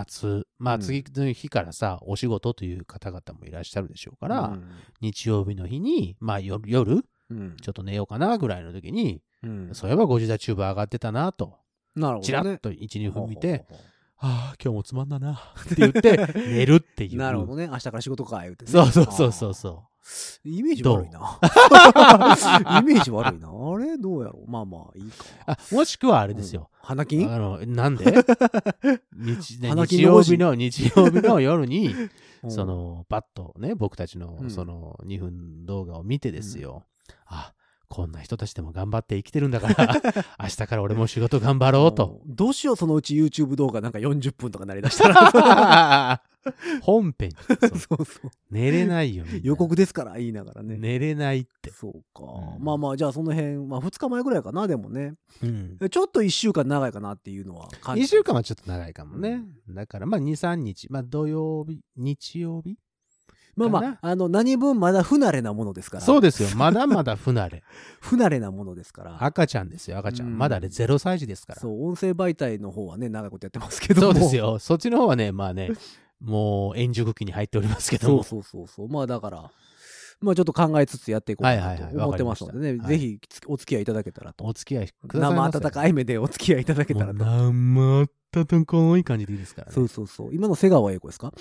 Speaker 3: 末ま
Speaker 2: う
Speaker 3: あ
Speaker 2: ん
Speaker 3: 次の日からさ、お仕事という方々もいらっしゃるでしょうから、日曜日の日にまあ夜夜
Speaker 2: うんうん
Speaker 3: ちょっと寝ようかなぐらいの時に、
Speaker 2: うん
Speaker 3: そういえば5時台チューブ上がってたなと
Speaker 2: なるほ
Speaker 3: ちら
Speaker 2: どね
Speaker 3: っと12分見て、
Speaker 2: ほうほうほうほ
Speaker 3: ああ、今日もつまんだな。って言 って、寝るっていうう。
Speaker 2: なるほどね明日から仕事か言うてね、
Speaker 3: そうそうそうそうそ
Speaker 2: あーイメージ悪いな イメージ悪いなあれどうやろうまあまあいいか
Speaker 3: う。あ、もしくはあれですよ。
Speaker 2: うん花
Speaker 3: あ
Speaker 2: 金
Speaker 3: の、な んで日ね
Speaker 2: 花
Speaker 3: 日
Speaker 2: 金の
Speaker 3: 曜
Speaker 2: 5時
Speaker 3: 日の、日曜日の夜に、
Speaker 2: うん
Speaker 3: その、バッとね、僕た
Speaker 2: う
Speaker 3: ちの、
Speaker 2: ん
Speaker 3: その、2分動画を見てですよ。あ、こんな人たちでも頑張って生きてるんだ から、明日から俺も仕事頑張ろうと。
Speaker 2: うんどうしようそのうち YouTube 動画なんか40分とかなりだした ら
Speaker 3: 本編にそう
Speaker 2: そうそう
Speaker 3: 寝れないよ。みんな
Speaker 2: 予告ですから言いながらね
Speaker 3: 寝れないって。
Speaker 2: そうか、
Speaker 3: うん
Speaker 2: まあまあじゃあその辺、まあ、2日前ぐらいかなでもね
Speaker 3: うん。
Speaker 2: ちょっと1週間長いかなっていうのは感じ
Speaker 3: 2週間はちょっと長いかもね。だから、まあ、2、3日。まあ、土曜日、日曜日
Speaker 2: まあ
Speaker 3: か
Speaker 2: ま
Speaker 3: な
Speaker 2: ああの何分まだ不慣れなものですから
Speaker 3: そうですよ。 まだまだ不慣れ。
Speaker 2: 不慣れなものですから
Speaker 3: 赤ちゃんですよ、赤ちゃ
Speaker 2: うん
Speaker 3: ん。まだね、0歳児ですから。
Speaker 2: そ
Speaker 3: そう
Speaker 2: 音声媒体の方はね長いことやってますけ
Speaker 3: う
Speaker 2: ども
Speaker 3: ですよ。そっちの方はね、まあね、もう、円熟期に入っておりますけど
Speaker 2: そ
Speaker 3: も。
Speaker 2: うそうそうそうまあだからまあちょっと考えつつやっていこうか
Speaker 3: は
Speaker 2: ない
Speaker 3: はいはい
Speaker 2: と思ってますのでね、
Speaker 3: わかりました
Speaker 2: ぜひお付き合いいただけたらと
Speaker 3: お付き合いください
Speaker 2: 生
Speaker 3: ませ。
Speaker 2: 温かい目でお付き合いいただけたらと
Speaker 3: もう生温かい感じでいいですからね。
Speaker 2: そうそうそう今の瀬川栄子ですか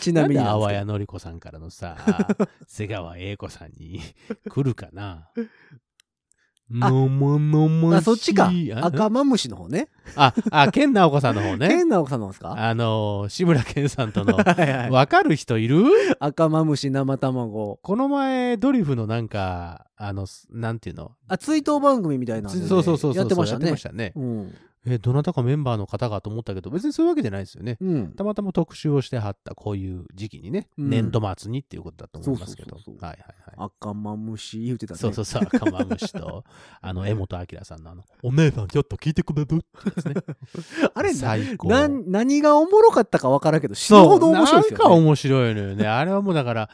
Speaker 2: ちな
Speaker 3: なん
Speaker 2: みに
Speaker 3: で
Speaker 2: なんですけど
Speaker 3: 淡谷のり子さんからの さ、瀬川栄子さんに来るかな
Speaker 2: あ
Speaker 3: のものもしい
Speaker 2: あそっちか
Speaker 3: あ
Speaker 2: 赤マムシの方ね
Speaker 3: あ、あ、健直子さんの方ね。
Speaker 2: 健直子さんなんですか、
Speaker 3: あのー、志村けんさんとの
Speaker 2: はいはい
Speaker 3: わかる人いる
Speaker 2: 赤マムシ生卵
Speaker 3: この前、ドリフのなんか、あの、すなんていうの、
Speaker 2: あ追悼番組みたいなん
Speaker 3: そ
Speaker 2: で、
Speaker 3: う
Speaker 2: ね、
Speaker 3: そうそうそう、
Speaker 2: やってました
Speaker 3: や
Speaker 2: ね
Speaker 3: ね
Speaker 2: うん、
Speaker 3: え、どなたかメンバーの方がと思ったけど、別にそういうわけじゃないですよね。
Speaker 2: うん、
Speaker 3: たまたま特集をしてはった、こういう時期にね、
Speaker 2: うん
Speaker 3: 年度末にっていうことだと思いますけど。
Speaker 2: そうそうそうそう
Speaker 3: はいはいはい。
Speaker 2: 赤マムシ言うてたね
Speaker 3: そうそうそう、赤マムシと、あの、江本明さんのあの、お姉さんちょっと聞いてくれるってやつね。
Speaker 2: あれな
Speaker 3: 最高。
Speaker 2: なん何がおもろかったかわからんけど死ぬ
Speaker 3: そ
Speaker 2: ほ
Speaker 3: う、
Speaker 2: ど面白いです
Speaker 3: なんか
Speaker 2: よね
Speaker 3: 面白いのよね。あれはもうだから、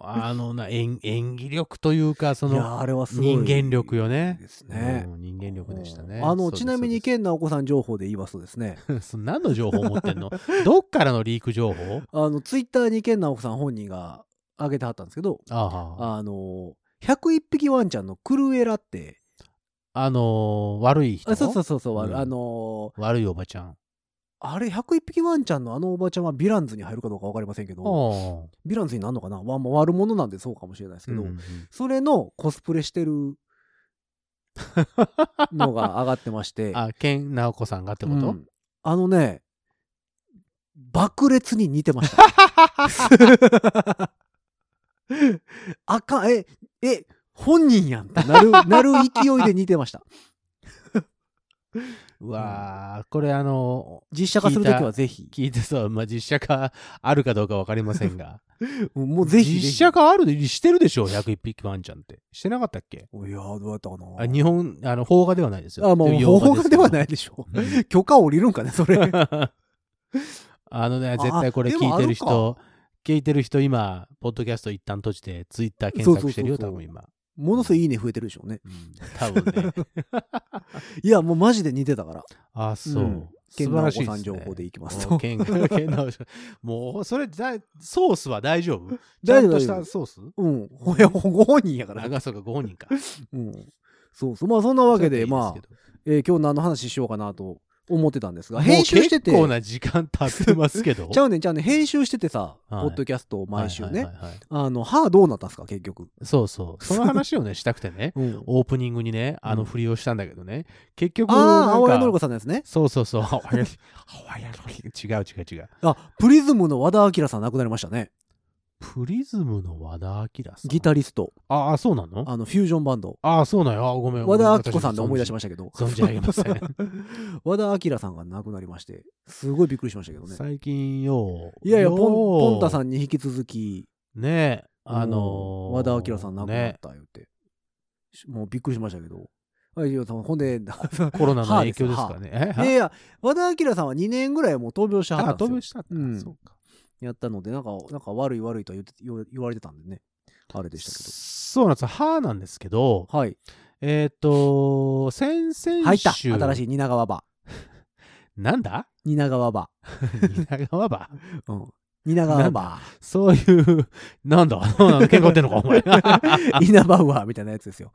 Speaker 3: あ のな演演技力というか、そ
Speaker 2: いや
Speaker 3: の、
Speaker 2: あれはすごい
Speaker 3: 人間力よね。
Speaker 2: ですね
Speaker 3: うん人間力でしたね。
Speaker 2: あ
Speaker 3: そう
Speaker 2: の
Speaker 3: です
Speaker 2: ちなみに
Speaker 3: そう
Speaker 2: 健直子さん情報で言いますとですね
Speaker 3: です その何の情報持ってんの どっからのリーク情報
Speaker 2: あのツイッターに健直子さん本人が上げてはったんですけど
Speaker 3: ああ
Speaker 2: あの101匹ワンちゃんのクルエラって
Speaker 3: あのー悪い人
Speaker 2: あそうそうそうそう、
Speaker 3: うん
Speaker 2: あの
Speaker 3: 悪いおばちゃん。
Speaker 2: あれ101匹ワンちゃんのあのおばちゃんはヴィランズに入るかどうかわかりませんけど
Speaker 3: お
Speaker 2: ヴィランズになるのかな、まあ、まあ悪者なんでそうかもしれないですけど、それのコスプレしてるのが上がってま して
Speaker 3: あ、ケン直子さんがってこ
Speaker 2: う
Speaker 3: と、
Speaker 2: んあのね爆裂に似てました 赤ええ本人やんってな るなる勢いで似てました
Speaker 3: うわー、これあの
Speaker 2: 実写化するときはぜひ
Speaker 3: ー聞いてそう、まあ、実写化あるかどうかわかりませんが。
Speaker 2: うんもうぜひぜひ
Speaker 3: 実写化あるでしてるでしょ、101匹ワンちゃんって。してなかったっけ
Speaker 2: いやーどうやったかな
Speaker 3: あ日本、あの、邦画ではないですよ。
Speaker 2: あまあ
Speaker 3: 洋
Speaker 2: 法
Speaker 3: す
Speaker 2: 画
Speaker 3: け
Speaker 2: で
Speaker 3: ど
Speaker 2: はないでしょ
Speaker 3: うん
Speaker 2: う許可降りるんかねそれ
Speaker 3: あのね、絶対これ
Speaker 2: あでも
Speaker 3: 聞いてる
Speaker 2: あ
Speaker 3: 人、聞いてる人今、ポッドキャスト一旦閉じて、ツイッター検索してるよ、
Speaker 2: そう
Speaker 3: 多
Speaker 2: そうそう
Speaker 3: 分今。
Speaker 2: ものすごいいいね増えてるでしょうね
Speaker 3: うん多分ね。
Speaker 2: いやもうマジで似てたから
Speaker 3: あ、そう。
Speaker 2: うん
Speaker 3: 素晴らしいで
Speaker 2: 健
Speaker 3: す、ね。
Speaker 2: 直子さん情報でいきますと
Speaker 3: お健健直子もう、それだ、ソースは大丈夫
Speaker 2: 大丈夫
Speaker 3: ちゃんと
Speaker 2: 大
Speaker 3: し
Speaker 2: 丈夫
Speaker 3: たソース
Speaker 2: うんほやご本人やから
Speaker 3: あ、そうか、ご本人か。
Speaker 2: うんそうそうまあそんなわけでまあ
Speaker 3: ちょっといいすけど
Speaker 2: えー今日何の話しようかなと思ってたんですが、
Speaker 3: もう
Speaker 2: 編集してて、
Speaker 3: 結構な時間経ってますけど
Speaker 2: 。ちゃうねんちゃうねん編集しててさ、
Speaker 3: はい
Speaker 2: ポッドキャストを毎週ね、
Speaker 3: はいはいはいはい
Speaker 2: あの、歯どうなったんすか、結局。
Speaker 3: そう そう。その話をね、したくてね、
Speaker 2: うん、
Speaker 3: オープニングにね、あの振りをしたんだけどね、結局、
Speaker 2: ああ、
Speaker 3: なん
Speaker 2: 青
Speaker 3: か
Speaker 2: 谷のり子さんのやつね。
Speaker 3: そうそうそう、ハワイアンハワイアンのり違う違う違う。
Speaker 2: あ、プリズムの和田明さん亡くなりましたね。
Speaker 3: プリズムの和田明さん。
Speaker 2: ギタリスト、
Speaker 3: ああ、そうなの
Speaker 2: あの、フュージョンバンド。
Speaker 3: ああ、そうなんや。あごめん。
Speaker 2: 和田アキ子さんで思い出しまし
Speaker 3: し
Speaker 2: たけど。
Speaker 3: 存じ上げません。
Speaker 2: 和田明さんが亡くなりまして、すごいびっくりしましたけどね。
Speaker 3: 最近よう。
Speaker 2: いやいや、ポンポンタ
Speaker 3: ん。
Speaker 2: さんに引き続き、
Speaker 3: ねえ、あのー、
Speaker 2: 和田明さん亡くなっ
Speaker 3: ね
Speaker 2: た言って、しもうびっくりしましたけど。あいやほん で、
Speaker 3: コロナの
Speaker 2: 歯で
Speaker 3: 影
Speaker 2: す
Speaker 3: 響ですかね。え
Speaker 2: いやいや、和田明さんは2年ぐらいもう闘病し
Speaker 3: 歯
Speaker 2: はった
Speaker 3: あ、
Speaker 2: んです
Speaker 3: 飛
Speaker 2: よ
Speaker 3: びしたって
Speaker 2: うん
Speaker 3: そうか。
Speaker 2: やったので、なんか、なんか悪い悪いとは言って言わ言われてたんでね、あれでしたけ
Speaker 3: そうなんですよ。歯なんですけど、
Speaker 2: ど。はい。
Speaker 3: えっ、と、先
Speaker 2: 入
Speaker 3: 々
Speaker 2: った
Speaker 3: 週。
Speaker 2: 新しい蜷川場。
Speaker 3: なんだ
Speaker 2: 蜷川場。
Speaker 3: 蜷川ば
Speaker 2: うん。蜷川場。
Speaker 3: そういう、なんだ健康ってんのか、お 前。
Speaker 2: 稲葉ウアーみたいなやつですよ。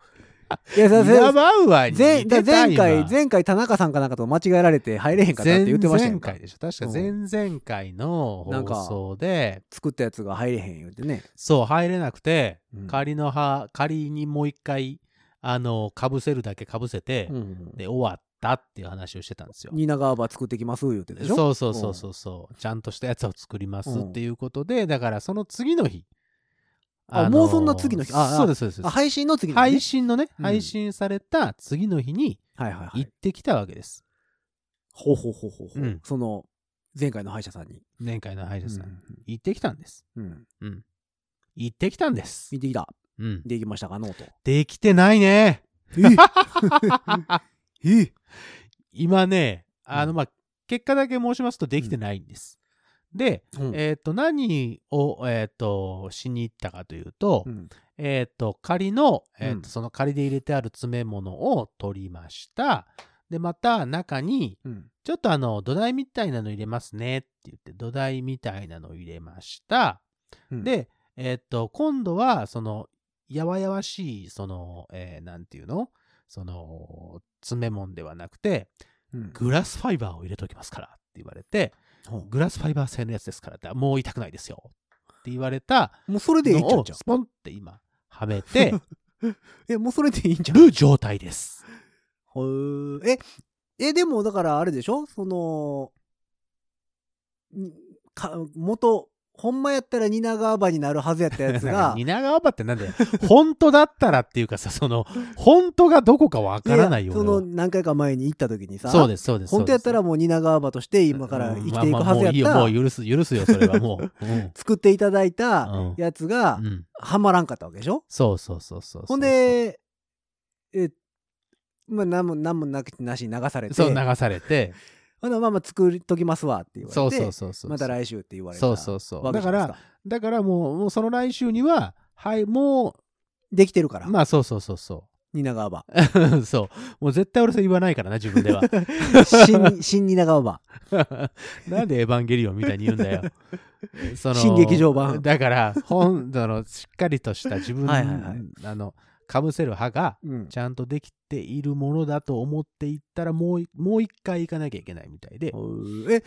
Speaker 2: いや、先
Speaker 3: 稲
Speaker 2: 生。
Speaker 3: 葉はに
Speaker 2: 前
Speaker 3: 似て
Speaker 2: だ
Speaker 3: た
Speaker 2: 前回、
Speaker 3: 今
Speaker 2: 前回田中さんかなんかと間違えられて入れへんかったって言ってました
Speaker 3: 前
Speaker 2: よ
Speaker 3: 々。回でしょ確か前々回の
Speaker 2: うんなんか
Speaker 3: 放送で、
Speaker 2: 作ったやつが入れへん言ってね。
Speaker 3: そう入れなくて、
Speaker 2: うん
Speaker 3: 仮の歯仮にもう一回あのかぶせるだけかぶせて、
Speaker 2: うん
Speaker 3: で終わったっていう話をしてたんですよ。
Speaker 2: 蜷川場作ってきます言ってでしょ。
Speaker 3: そうそうそうそうそう、ちゃんとしたやつを作りますっていうことで、だからその次の日
Speaker 2: あもうそんな次の日ああ
Speaker 3: そうですそうですそう
Speaker 2: あ
Speaker 3: です
Speaker 2: 配信の次に、ね。
Speaker 3: 配信のね、
Speaker 2: うん
Speaker 3: 配信された次の日に
Speaker 2: はいはいはい
Speaker 3: 行っ。てきたわけです、
Speaker 2: ほうほうほうほうほう。
Speaker 3: うん
Speaker 2: その、前回の歯医者さんに。
Speaker 3: 前回の歯医者さ
Speaker 2: う
Speaker 3: ん、行ってきたんです
Speaker 2: ん。うん
Speaker 3: 行ってきたんです
Speaker 2: 見、てきた。
Speaker 3: うん、
Speaker 2: できましたか、ノート。
Speaker 3: できてない ね。
Speaker 2: ええ
Speaker 3: 今ね、あ
Speaker 2: う
Speaker 3: の、
Speaker 2: ん
Speaker 3: まあ、結果だけ申しますとできてないんです。で、
Speaker 2: うん
Speaker 3: えっ、と、何を、えっ、と、しに行ったかというと、
Speaker 2: うん
Speaker 3: えっ、と、仮の、えー
Speaker 2: うん
Speaker 3: とその仮で入れてある詰め物を取りました。で、また中に、
Speaker 2: うん
Speaker 3: ちょっとあの、土台みたいなの入れますねって言って、土台みたいなのを入れました。
Speaker 2: うん
Speaker 3: で、えーっと、今度は、その、やわやわしい、その、えーなんていうのその、詰め物ではなくて、
Speaker 2: うん
Speaker 3: グラスファイバーを入れときますからって言われて、
Speaker 2: ほう
Speaker 3: グラスファイバー製のやつですからって、もう痛くないですよって言われた
Speaker 2: もうそれでいいんちゃ
Speaker 3: の
Speaker 2: う
Speaker 3: を
Speaker 2: じゃん
Speaker 3: スポンって今、はめ て
Speaker 2: え、もうそれでいいんちゃう
Speaker 3: る状態です。
Speaker 2: ほうえ、え、でもだからあれでしょその、にか元、ほんまやったら蜷川場になるはずやったやつが、
Speaker 3: 蜷川ばって なんだよ。本当だったらっていうかさ、その、本当がどこかわからないよ
Speaker 2: やや
Speaker 3: 俺
Speaker 2: そ
Speaker 3: は
Speaker 2: の何回か前に行った時にさ、
Speaker 3: そうです、そうです。
Speaker 2: 本当やったら
Speaker 3: も
Speaker 2: もう蜷川場として今から生きていくはずやった
Speaker 3: もう
Speaker 2: ら
Speaker 3: いいよ、もう許す、許すよ、それは もう。うん
Speaker 2: 作っていただいた
Speaker 3: うん
Speaker 2: やつが
Speaker 3: うん
Speaker 2: はまらんかったわけでしょ
Speaker 3: そうそうそうそうそう。
Speaker 2: ほん、で、え、まあ、なんも、なんもなくなしに流されて、
Speaker 3: そう、流されて、
Speaker 2: ほなまあまあ作りときますわって言われて、
Speaker 3: そうそうそうそう。
Speaker 2: また来週って言われた
Speaker 3: そうそうそう。
Speaker 2: わけ
Speaker 3: だ
Speaker 2: じ
Speaker 3: か
Speaker 2: ゃないです
Speaker 3: ら、だからもう、もうその来週には、はい、も
Speaker 2: できてるから、
Speaker 3: う、まあそうそうそうそ
Speaker 2: 蜷川 場。
Speaker 3: う。そう。もう絶対俺それ言わないからな、自分では。
Speaker 2: 新、新蜷川場。
Speaker 3: なんでエヴァンゲリオンみたいに言うんだ よ。その
Speaker 2: 新劇場版
Speaker 3: だから、本、その、しっかりとした自分、
Speaker 2: はいはいはい
Speaker 3: あの、かぶせる歯が、
Speaker 2: うん。
Speaker 3: ちゃんとできているものだと思っていったら、もうい、もう一回行かなきゃいけないみたいで。
Speaker 2: え、
Speaker 3: うん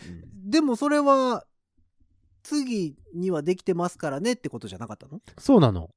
Speaker 2: でもそれは、次にはできてますからねってことじゃなかったの
Speaker 3: そうなの。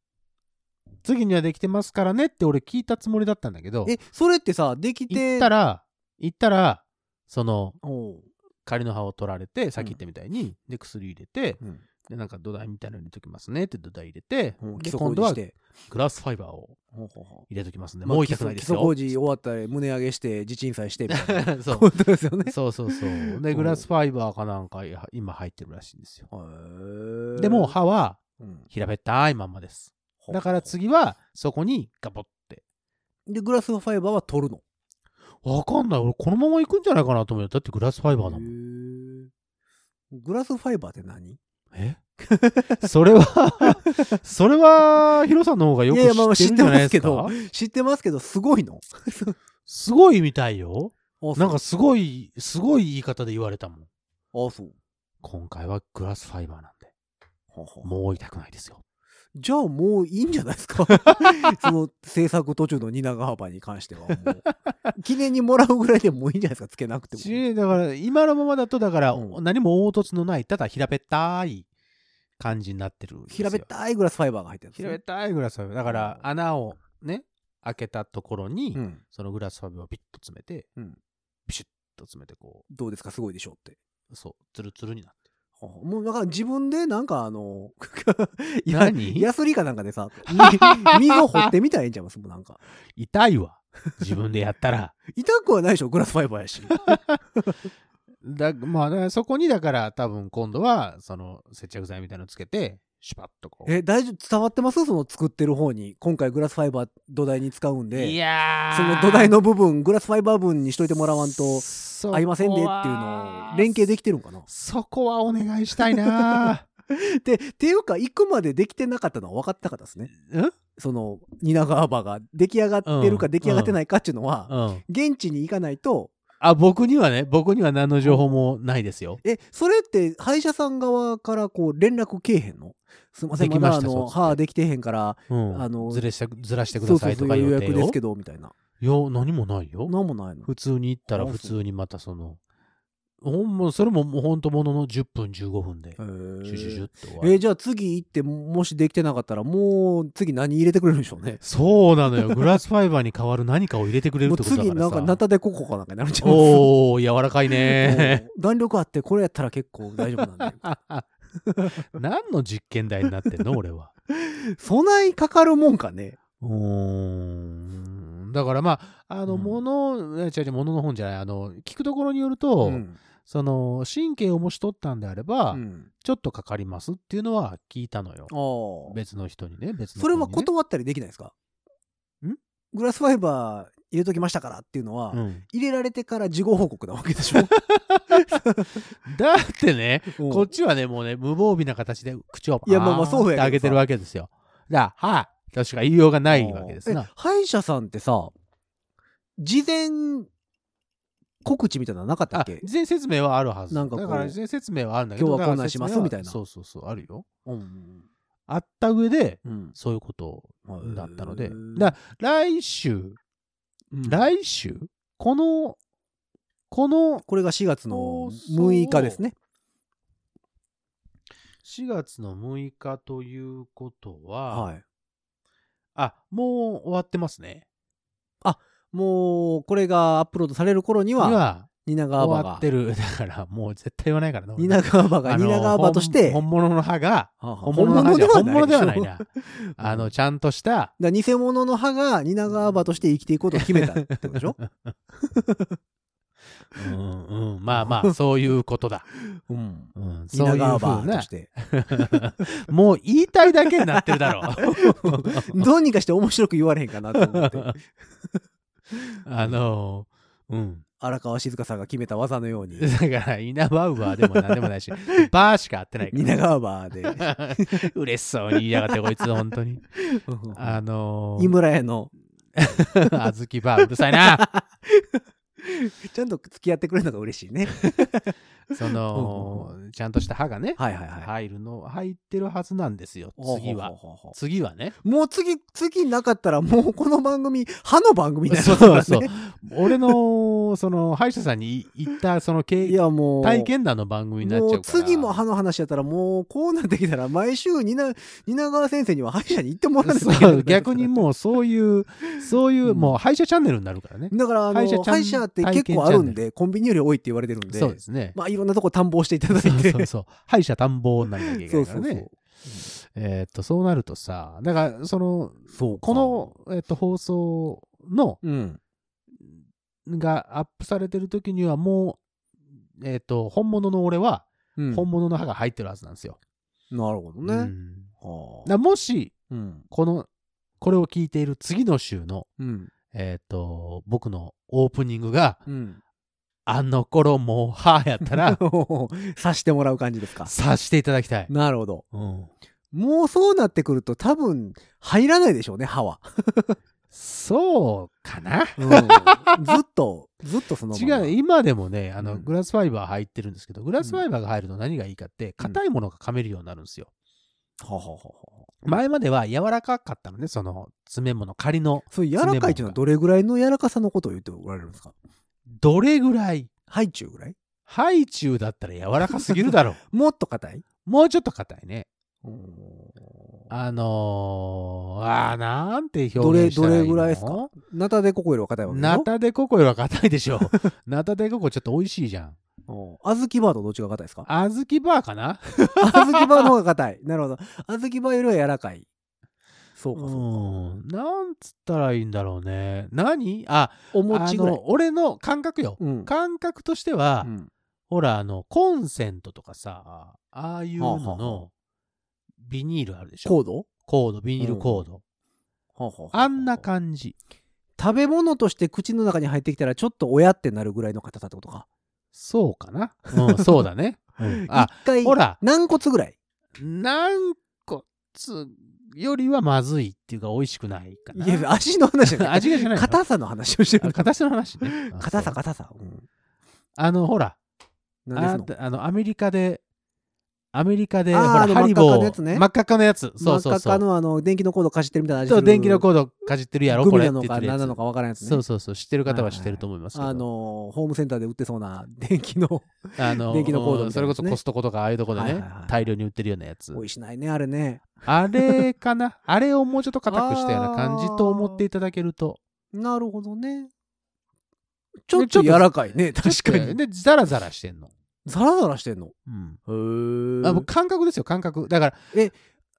Speaker 3: 次にはできてますからねって俺聞いたつもりだったんだけど、
Speaker 2: え、それってさ、でき
Speaker 3: 行
Speaker 2: て、
Speaker 3: ったら、行ったら、その、
Speaker 2: おう
Speaker 3: 仮の歯を取られて、さっき言ったみたいに、で、薬入れて、
Speaker 2: うん
Speaker 3: で、なんか土台みたいなの入れときますねって土台入れて、
Speaker 2: おう基
Speaker 3: で、
Speaker 2: 礎
Speaker 3: 今
Speaker 2: 工
Speaker 3: 度
Speaker 2: 事
Speaker 3: は
Speaker 2: して。
Speaker 3: グラスファイバーを
Speaker 2: ほうほうほ
Speaker 3: 入れときます
Speaker 2: う
Speaker 3: んで、
Speaker 2: まあ
Speaker 3: もう痛くないです
Speaker 2: 基礎基礎
Speaker 3: よ。
Speaker 2: 工事終わったら胸上げして、地鎮祭してみたいな。
Speaker 3: そう
Speaker 2: ことですよね。
Speaker 3: そうそうそう。
Speaker 2: う
Speaker 3: で、
Speaker 2: ん
Speaker 3: グラスファイバーかなんか今入ってるらしいんですよ。
Speaker 2: へえ
Speaker 3: でもう、歯は
Speaker 2: うん
Speaker 3: 平べったいまんまです。だから次はそこにガポって。
Speaker 2: でグラスファイバーは取るの
Speaker 3: わかんない。俺このまま行くんじゃないかなと思うよ。だってグラスファイバーだもん。
Speaker 2: へえグラスファイバーって何
Speaker 3: え それは、それは、ヒロさんの方がよく
Speaker 2: いやいやまあまあ
Speaker 3: 知ってるんじゃないです
Speaker 2: 知って
Speaker 3: か
Speaker 2: ま。知ってますけどすごいの
Speaker 3: すごいみたいよ。
Speaker 2: あ
Speaker 3: なんか
Speaker 2: そ
Speaker 3: すごい、すごい言い方で言われたもん。
Speaker 2: うあそう
Speaker 3: 今回はグラスファイバーなんで、
Speaker 2: はは
Speaker 3: もう痛くないですよ。
Speaker 2: じゃあもういいんじゃないです かその制作途中の蜷川幅に関してはもう記念にもらうぐらいでもういいんじゃないですかつけなくても
Speaker 3: しだから今のままだとだから
Speaker 2: うん
Speaker 3: 何も凹凸のないただ平べったい感じになってるんですよ
Speaker 2: 平べったいグラスファイバーが入ってるんですね
Speaker 3: 平べったいグラスファイバーだから穴をね開けたところに、
Speaker 2: うん
Speaker 3: そのグラスファイバーをピッと詰めて、
Speaker 2: うん
Speaker 3: ビシュッと詰めてこ
Speaker 2: どうですかすごいでしょうって
Speaker 3: うそうツルツルになって
Speaker 2: もうなんか自分でなんかあの、 いや
Speaker 3: 何
Speaker 2: ヤスリかなんかでさ、 み溝掘ってみたらいいんちゃいますもうなんか。
Speaker 3: 痛いわ。自分でやったら。
Speaker 2: 痛くはないでしょ、グラスファイバーや し。
Speaker 3: だまあ、だからそこにだから多分今度はその接着剤みたいのつけてシュパッとこう。
Speaker 2: え、大丈夫伝わってますその作ってる方に。今回グラスファイバー土台に使うん
Speaker 3: い
Speaker 2: で、
Speaker 3: やー
Speaker 2: その土台の部分、グラスファイバー分にしといてもらわんと
Speaker 3: と
Speaker 2: 合いませんでっていうのを連携できてるんかな。
Speaker 3: そこはお願いしたいな
Speaker 2: で、っていうか、行くまでできてなかったのは分かったかったですね。
Speaker 3: うん
Speaker 2: その、蜷川バが出来上がってるか
Speaker 3: うん
Speaker 2: 出来上がってないかっていうのは、
Speaker 3: うん。
Speaker 2: 現地に行かないと、
Speaker 3: あ、僕にはね、僕には何の情報もないですよ。
Speaker 2: え、それって歯医者さん側からこう連絡けえへんのすいません、
Speaker 3: でき
Speaker 2: ま
Speaker 3: ま
Speaker 2: だあ
Speaker 3: したそう
Speaker 2: の、
Speaker 3: ですね
Speaker 2: 歯できてへんから、
Speaker 3: うん。
Speaker 2: あの
Speaker 3: ずれしたずらしてく
Speaker 2: そ
Speaker 3: だ
Speaker 2: うそ
Speaker 3: さ
Speaker 2: う
Speaker 3: い
Speaker 2: そ
Speaker 3: と
Speaker 2: う
Speaker 3: か
Speaker 2: 予
Speaker 3: 予定
Speaker 2: 約ですけ
Speaker 3: を。
Speaker 2: ど、みたいな。
Speaker 3: いや、何もないよ。
Speaker 2: なんもないの。
Speaker 3: 普通に行ったら
Speaker 2: あそう
Speaker 3: 普通にまたその、ほんま、それももうほんとものの10分15分で
Speaker 2: へ、ー
Speaker 3: シュシュシュッと終わ
Speaker 2: え
Speaker 3: る
Speaker 2: じゃあ次行って、もしできてなかったら、もう次何入れてくれるんでしょうね。
Speaker 3: そうなのよ。グラスファイバーに代わる何かを入れてくれる
Speaker 2: も
Speaker 3: っ
Speaker 2: う
Speaker 3: てことだか
Speaker 2: 次
Speaker 3: らさ。
Speaker 2: なんかナタデココかなんかになるんちゃいます
Speaker 3: おー、柔らか いね。
Speaker 2: うん弾力あって、これやったら結構大丈夫なんで。
Speaker 3: 何の実験台になってんの俺は。
Speaker 2: 備えかかるもんかね。
Speaker 3: うーんだからまあ、あの、
Speaker 2: うん
Speaker 3: 物、え違う違う、物の本じゃない、あの、聞くところによる
Speaker 2: う
Speaker 3: と、
Speaker 2: ん
Speaker 3: その、神経をもし取ったんであれば、
Speaker 2: うん
Speaker 3: ちょっとかかりますっていうのは聞いたのよ。
Speaker 2: あー
Speaker 3: 別の人にね、別の
Speaker 2: そ
Speaker 3: 人
Speaker 2: れ
Speaker 3: にね、
Speaker 2: は断ったりできないですか
Speaker 3: ん
Speaker 2: グラスファイバー入れときましたからっていうのは、
Speaker 3: うん
Speaker 2: 入れられてから事後報告なわけで しょ
Speaker 3: だってね、
Speaker 2: うん
Speaker 3: こっちはね、もうね、無防備な形で口をパ
Speaker 2: いやまあまあ
Speaker 3: ーン
Speaker 2: そうやけど
Speaker 3: って
Speaker 2: さ
Speaker 3: あげてるわけですよ。だから、はい、としか言いようがないわけです
Speaker 2: え
Speaker 3: な。
Speaker 2: 歯医者さんってさ、事前告知みたいなのなかったっ
Speaker 3: あ
Speaker 2: け、
Speaker 3: 事前説明はあるはず。
Speaker 2: なんかこう
Speaker 3: だから事前説明はあるんだけど、
Speaker 2: 今日はこんなん
Speaker 3: だから説明
Speaker 2: しますみたいな
Speaker 3: そうそうそう、あるよ。
Speaker 2: うん。
Speaker 3: あった上で、
Speaker 2: うん。
Speaker 3: そういうことだったの
Speaker 2: へ
Speaker 3: で
Speaker 2: ー。
Speaker 3: だ来週、
Speaker 2: うん
Speaker 3: 来週この、この
Speaker 2: これが4月の6日ですね。
Speaker 3: 4月の6日ということは、
Speaker 2: はい。
Speaker 3: あ、もう終わってますね。
Speaker 2: もう、これがアップロードされる頃には、
Speaker 3: は
Speaker 2: 蜷川バ
Speaker 3: 終わ
Speaker 2: が
Speaker 3: って、る。 だから、もう絶対言わないからな。
Speaker 2: 蜷川バ
Speaker 3: あ
Speaker 2: が、
Speaker 3: の
Speaker 2: 蜷川バとして、
Speaker 3: 本本物の歯が、
Speaker 2: はあはあ
Speaker 3: 本物の歯じゃ本物ではな い
Speaker 2: でしょ
Speaker 3: な。あの、ちゃんとした、
Speaker 2: だから偽物の歯が蜷川歯として生きていくことを決めたってことでしょ
Speaker 3: うんうん、まあ まあ、そういうことだ。
Speaker 2: うん。
Speaker 3: うん、そうい
Speaker 2: 蜷
Speaker 3: う
Speaker 2: 川
Speaker 3: ふう
Speaker 2: 歯と
Speaker 3: な
Speaker 2: し。て。
Speaker 3: もう言いたいだけになってるだろ う。
Speaker 2: どうにかして面白く言われへんかなと思 って。
Speaker 3: あのーうん。
Speaker 2: 荒川静香さんが決めた技の ように、
Speaker 3: だから、イナバウアーでも何でもな いし、バーしか合ってない
Speaker 2: 蜷川歯で、
Speaker 3: から。嬉しそうに言いやがって、こいつ、本当に。 あ の
Speaker 2: 井村屋の、
Speaker 3: ー、あずきバー、うるさいな。
Speaker 2: ちゃんと付き合ってくれるのが嬉し いね。
Speaker 3: その、ちゃんとした歯がね、
Speaker 2: はいはいはい。
Speaker 3: 入るの、入ってるはずなんですよ、次は。
Speaker 2: ほうほうほうほ
Speaker 3: 次はね。
Speaker 2: う。もう次、次なかったらもうこの番組、歯の番組になる
Speaker 3: そう
Speaker 2: からね。
Speaker 3: そう。俺の、その、歯医者さんに行った、そ の
Speaker 2: い
Speaker 3: 経
Speaker 2: やもう。
Speaker 3: 体験談の番組になっちゃう
Speaker 2: も
Speaker 3: から。
Speaker 2: う次も歯の話やったらもうこうなってきたら毎週にな蜷川先生には歯医者に行ってもらわないといけ
Speaker 3: そ
Speaker 2: ないう
Speaker 3: 逆にもうそういうそういう、
Speaker 2: うん
Speaker 3: もう歯医者チャンネルになるからね
Speaker 2: だからあの歯
Speaker 3: 歯
Speaker 2: 医者
Speaker 3: 医者ちゃん
Speaker 2: って結構あるんでコンビニより多いって言われてるんで
Speaker 3: そうですね、
Speaker 2: まあいろんなとこ探訪していただい
Speaker 3: そう
Speaker 2: て
Speaker 3: そうそう歯医者探訪になりなきゃいけないからね
Speaker 2: そうそう
Speaker 3: えーっとそうなるとさだからその
Speaker 2: そう
Speaker 3: この、えーっと放送
Speaker 2: の
Speaker 3: の
Speaker 2: うん
Speaker 3: がアップされてる時にはもうえーっと本物の俺は
Speaker 2: うん
Speaker 3: 本物の歯が入ってるはずなんですよ、
Speaker 2: なるほど
Speaker 3: う
Speaker 2: ね
Speaker 3: んだ
Speaker 2: は
Speaker 3: からもし
Speaker 2: あうん
Speaker 3: このこれを聞いている次の週の
Speaker 2: うん
Speaker 3: えーっと僕のオープニングが
Speaker 2: うん
Speaker 3: あの頃もう歯やっ たら
Speaker 2: さしてもらう感じですか
Speaker 3: 察していただきたい。
Speaker 2: なるほど
Speaker 3: うん、
Speaker 2: もうそうなってくると多分入らないでしょうね歯は、
Speaker 3: そうかな
Speaker 2: うん ずっとずっとその
Speaker 3: 違
Speaker 2: まま
Speaker 3: う、今でもね、あ
Speaker 2: う
Speaker 3: の、
Speaker 2: ん
Speaker 3: グラスファイバー入ってるんですけど、グラスファイバーが入ると何がいいかって、硬いものが噛めるようになるんですよ。
Speaker 2: はあはあはあはあ
Speaker 3: 前までは柔らかかったのね、その、爪もの、仮の、
Speaker 2: そう柔らかいっていうのはどれぐらいの柔らかさのことを言っておられるんですか
Speaker 3: どれぐらい、
Speaker 2: ハイチュウぐらい
Speaker 3: ハイチュウだったら柔らかすぎるだろう。
Speaker 2: もっと硬い
Speaker 3: もうちょっと硬いね。あのー、あーなんて表現したらいい
Speaker 2: どれどれぐ
Speaker 3: の
Speaker 2: らいですかナタデココよりは硬いわけでしょ
Speaker 3: ナタデココよりは硬いでしょ。ナタデココちょっと美味しいじゃん。
Speaker 2: おあずきバーとどっちが硬いですか
Speaker 3: あずきバーかな
Speaker 2: あずきバーの方が硬い。なるほど。あずきバーよりは柔らかい。そうか、
Speaker 3: う
Speaker 2: そうか。
Speaker 3: ん。なんつったらいいんだろうね。何あ、
Speaker 2: お
Speaker 3: あ
Speaker 2: 餅ぐらい。
Speaker 3: の、俺の感覚よ。
Speaker 2: うん。
Speaker 3: 感覚としては、
Speaker 2: うん
Speaker 3: ほら、あの、コンセントとかさ、ああいう
Speaker 2: は
Speaker 3: の
Speaker 2: あは
Speaker 3: の、ビニールあるでしょ。
Speaker 2: コード
Speaker 3: コード、ビニールコード。あんな
Speaker 2: じ。
Speaker 3: 感じ。
Speaker 2: 食べ物として口の中に入ってきたらちょっと親ってなるぐらいの硬さってことか。
Speaker 3: そうかな。 うん、そうだね。うんあ、
Speaker 2: 一回、
Speaker 3: ほら、
Speaker 2: 軟骨ぐら い。
Speaker 3: 軟骨よりはまずいっていうか、美味しくないかな。
Speaker 2: いや、足の話じゃ ない。
Speaker 3: 味がじゃないの
Speaker 2: 硬さの話をして
Speaker 3: あ
Speaker 2: る。
Speaker 3: 形の話ね。あ
Speaker 2: 硬さ、
Speaker 3: そう
Speaker 2: 硬さ。うん。
Speaker 3: あの、ほら、
Speaker 2: 何
Speaker 3: あ
Speaker 2: ですの
Speaker 3: あの、アメリカで、アメリカで、
Speaker 2: あ
Speaker 3: ほ
Speaker 2: ーあ
Speaker 3: ら、
Speaker 2: の
Speaker 3: ハリボ
Speaker 2: 真っ赤っかのやつね
Speaker 3: ー、真っ赤っかのやつ。そうそう
Speaker 2: 真
Speaker 3: そ
Speaker 2: っ赤
Speaker 3: う。
Speaker 2: のあの、電気のコードかじってるみたいな味
Speaker 3: ちょっと電気の
Speaker 2: ー
Speaker 3: コードかじってるやろ、
Speaker 2: グ
Speaker 3: こ
Speaker 2: ミ
Speaker 3: れっ
Speaker 2: なの
Speaker 3: て言っ
Speaker 2: か
Speaker 3: てるや
Speaker 2: 何
Speaker 3: つ
Speaker 2: なのかわからんやつね。
Speaker 3: そうそうそう、知ってる方は知ってると思いますけど。
Speaker 2: あのー、ホームセンターで売ってそうな電気の。
Speaker 3: あの
Speaker 2: 電気のコードみたいなやつね
Speaker 3: それこそコストコとかああいうとこで
Speaker 2: はいは
Speaker 3: ね
Speaker 2: いはい、
Speaker 3: 大量に売ってるようなやつ
Speaker 2: お。いしないね、あれね。
Speaker 3: あれかなあれをもうちょっと硬くしたような感じと思っていただけると。
Speaker 2: なるほどね。ち
Speaker 3: ち
Speaker 2: ょ
Speaker 3: ょ
Speaker 2: っ
Speaker 3: っ
Speaker 2: と
Speaker 3: と
Speaker 2: 柔らかいね、確かに。
Speaker 3: で、ザラザラしてんの。
Speaker 2: ザラザラしてんの。
Speaker 3: うん。
Speaker 2: へ
Speaker 3: あもう感覚ですよ、感覚。だから、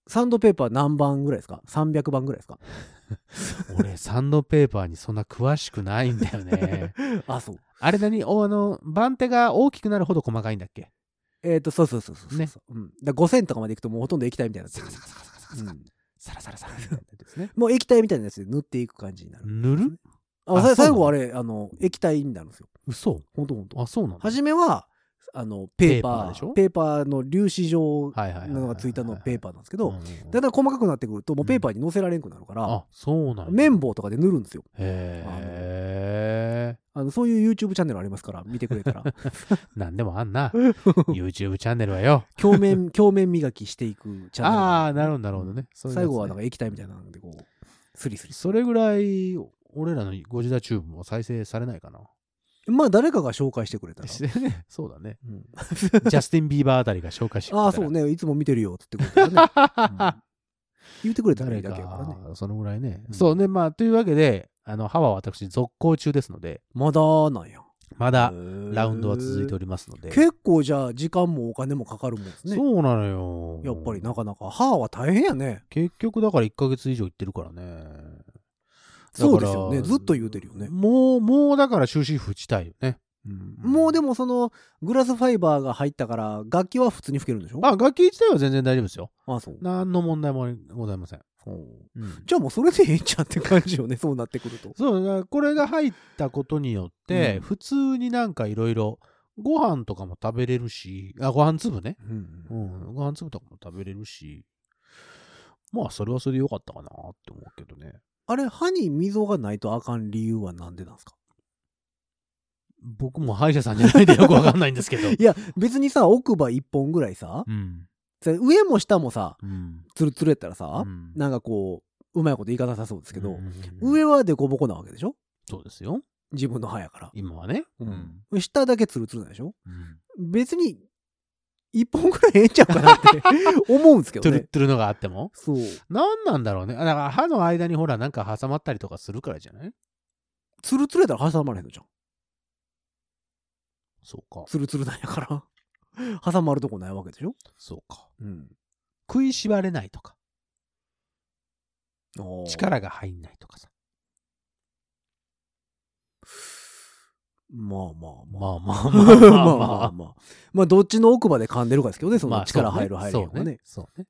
Speaker 2: サンドペーパー何番ぐらいですか ?300 番ぐらいですか
Speaker 3: 俺、サンドペーパーにそんな詳しくないんだよね。
Speaker 2: あ、そう。
Speaker 3: あれ何おあの、番手が大きくなるほど細かいんだっけ
Speaker 2: えっ、と、そうそうそうそうそう。
Speaker 3: ね
Speaker 2: うん。だから5000とかまでいくともうほとんど液体みたいになって
Speaker 3: サ
Speaker 2: る
Speaker 3: カサカサカサカサカサカ。
Speaker 2: うん
Speaker 3: サラサ ラサラみたいなやつですね。
Speaker 2: もう液体みたいなやつで塗っていく感じになる。
Speaker 3: 塗る
Speaker 2: あ
Speaker 3: あ
Speaker 2: さ最
Speaker 3: そう
Speaker 2: 後
Speaker 3: な
Speaker 2: あれ、あの、液体になるんですよ。
Speaker 3: 嘘
Speaker 2: ほんとほんと。
Speaker 3: あ、そうなの
Speaker 2: 初めは、あの、ペーパー、
Speaker 3: ペーパーでしょ
Speaker 2: ペーパーの粒子状
Speaker 3: はいは
Speaker 2: な
Speaker 3: いは
Speaker 2: い
Speaker 3: はいはい
Speaker 2: のがついたのペーパーなんですけ
Speaker 3: うん
Speaker 2: ど、
Speaker 3: うんうん
Speaker 2: だんだん細かくなってくると、もうペーパーに乗せられんくなるから、
Speaker 3: あ、そうなんだ
Speaker 2: 綿棒とかで塗るんですよ。
Speaker 3: へえ。
Speaker 2: あのそういう YouTube チャンネルありますから、見てくれた ら。
Speaker 3: なんでもあん な。YouTube チャンネルはよ。
Speaker 2: 表面、表面磨きしていくチャンネル。
Speaker 3: ああ、なるほど、なるほどね。そういう
Speaker 2: 最
Speaker 3: やつね
Speaker 2: 後はなんか液体みたいなんで、こう、スリスリ。
Speaker 3: それぐらい、俺らのゴジラチューブも再生されないかな。
Speaker 2: まあ、誰かが紹介してく れたら。
Speaker 3: そうだね。
Speaker 2: うん
Speaker 3: ジャスティン・ビーバーあたりが紹介してく
Speaker 2: あ
Speaker 3: れたら
Speaker 2: あ、 そう。ね。いつも見てるよって言ってくれた らね。うん言ってくれたらい
Speaker 3: 誰
Speaker 2: いだけやからね。
Speaker 3: か、そのぐらいね。
Speaker 2: うん
Speaker 3: そうね、まあ、というわけで、あの、歯は私、続行中ですので、
Speaker 2: まだなんや。
Speaker 3: まだ
Speaker 2: へ、ー
Speaker 3: ラウンドは続いておりますので。
Speaker 2: 結構じゃあ、時間もお金もかかるもんですね。
Speaker 3: そうなのよ。
Speaker 2: やっぱりなかなか、歯は大変やね。
Speaker 3: 結局だから1ヶ月以上行ってるからね。
Speaker 2: そうですよね
Speaker 3: だから
Speaker 2: ずっと言うてるよね
Speaker 3: もう、もうだから終止符打ちたいよね。
Speaker 2: もうでもその、グラスファイバーが入ったから、楽器は普通に吹けるんでしょ
Speaker 3: あ、楽器自体は全然大丈夫ですよ。
Speaker 2: ああ、そう。
Speaker 3: 何の問題もございません。
Speaker 2: うん
Speaker 3: うん
Speaker 2: じゃあもうそれでええんちゃうって感じよね、そうなってくると。
Speaker 3: そう、だからこれが入ったことによって、
Speaker 2: うん
Speaker 3: 普通になんかいろいろ、ご飯とかも食べれるし、あ、ご飯粒ね。
Speaker 2: うん
Speaker 3: うん、ご飯粒とかも食べれるし、まあ、それはそれでよかったかなって思うけどね。
Speaker 2: あれ、歯に溝がないとあかん理由はなんでなんですか
Speaker 3: 僕も歯医者さんじゃないんでよくわかんないんですけど。
Speaker 2: いや、別にさ、奥歯一本ぐらいさ、
Speaker 3: うん。
Speaker 2: さ上も下もさ、
Speaker 3: うん。
Speaker 2: ツルツルやったらさ
Speaker 3: う、ん
Speaker 2: なんかこう、うまいこと言い方さそうですけど、
Speaker 3: うん
Speaker 2: 上はデコボコなわけでしょ
Speaker 3: そうですよ。
Speaker 2: 自分の歯やから。
Speaker 3: 今はね。
Speaker 2: 下だけツルツルなんでしょ
Speaker 3: うん
Speaker 2: 別に、一本ぐらいええんちゃうかなって 思うんですけ
Speaker 3: ト
Speaker 2: ど
Speaker 3: ゥル
Speaker 2: ね
Speaker 3: ッ。トゥルのがあっても。
Speaker 2: そう。
Speaker 3: 何なんだろうね。あだから歯の間にほら、なんか挟まったりとかするからじゃない
Speaker 2: ツルツルやったら挟まれへんのじゃん。
Speaker 3: そうか。
Speaker 2: ツルツルなんやから。 挟まるとこないわけでしょ
Speaker 3: そうか。
Speaker 2: うん。
Speaker 3: 食いしばれないとか、
Speaker 2: おー
Speaker 3: 力が入んないとかさ。
Speaker 2: まあまあまあ。
Speaker 3: まあまあ
Speaker 2: まあ
Speaker 3: ま あ
Speaker 2: まあ
Speaker 3: ま
Speaker 2: ま
Speaker 3: あ
Speaker 2: あまあ
Speaker 3: まあ。
Speaker 2: まあ。どっちの奥歯で噛んでるかですけどね、そ
Speaker 3: ま
Speaker 2: の
Speaker 3: あ
Speaker 2: 力入る入る
Speaker 3: そう
Speaker 2: とかね。
Speaker 3: そうね。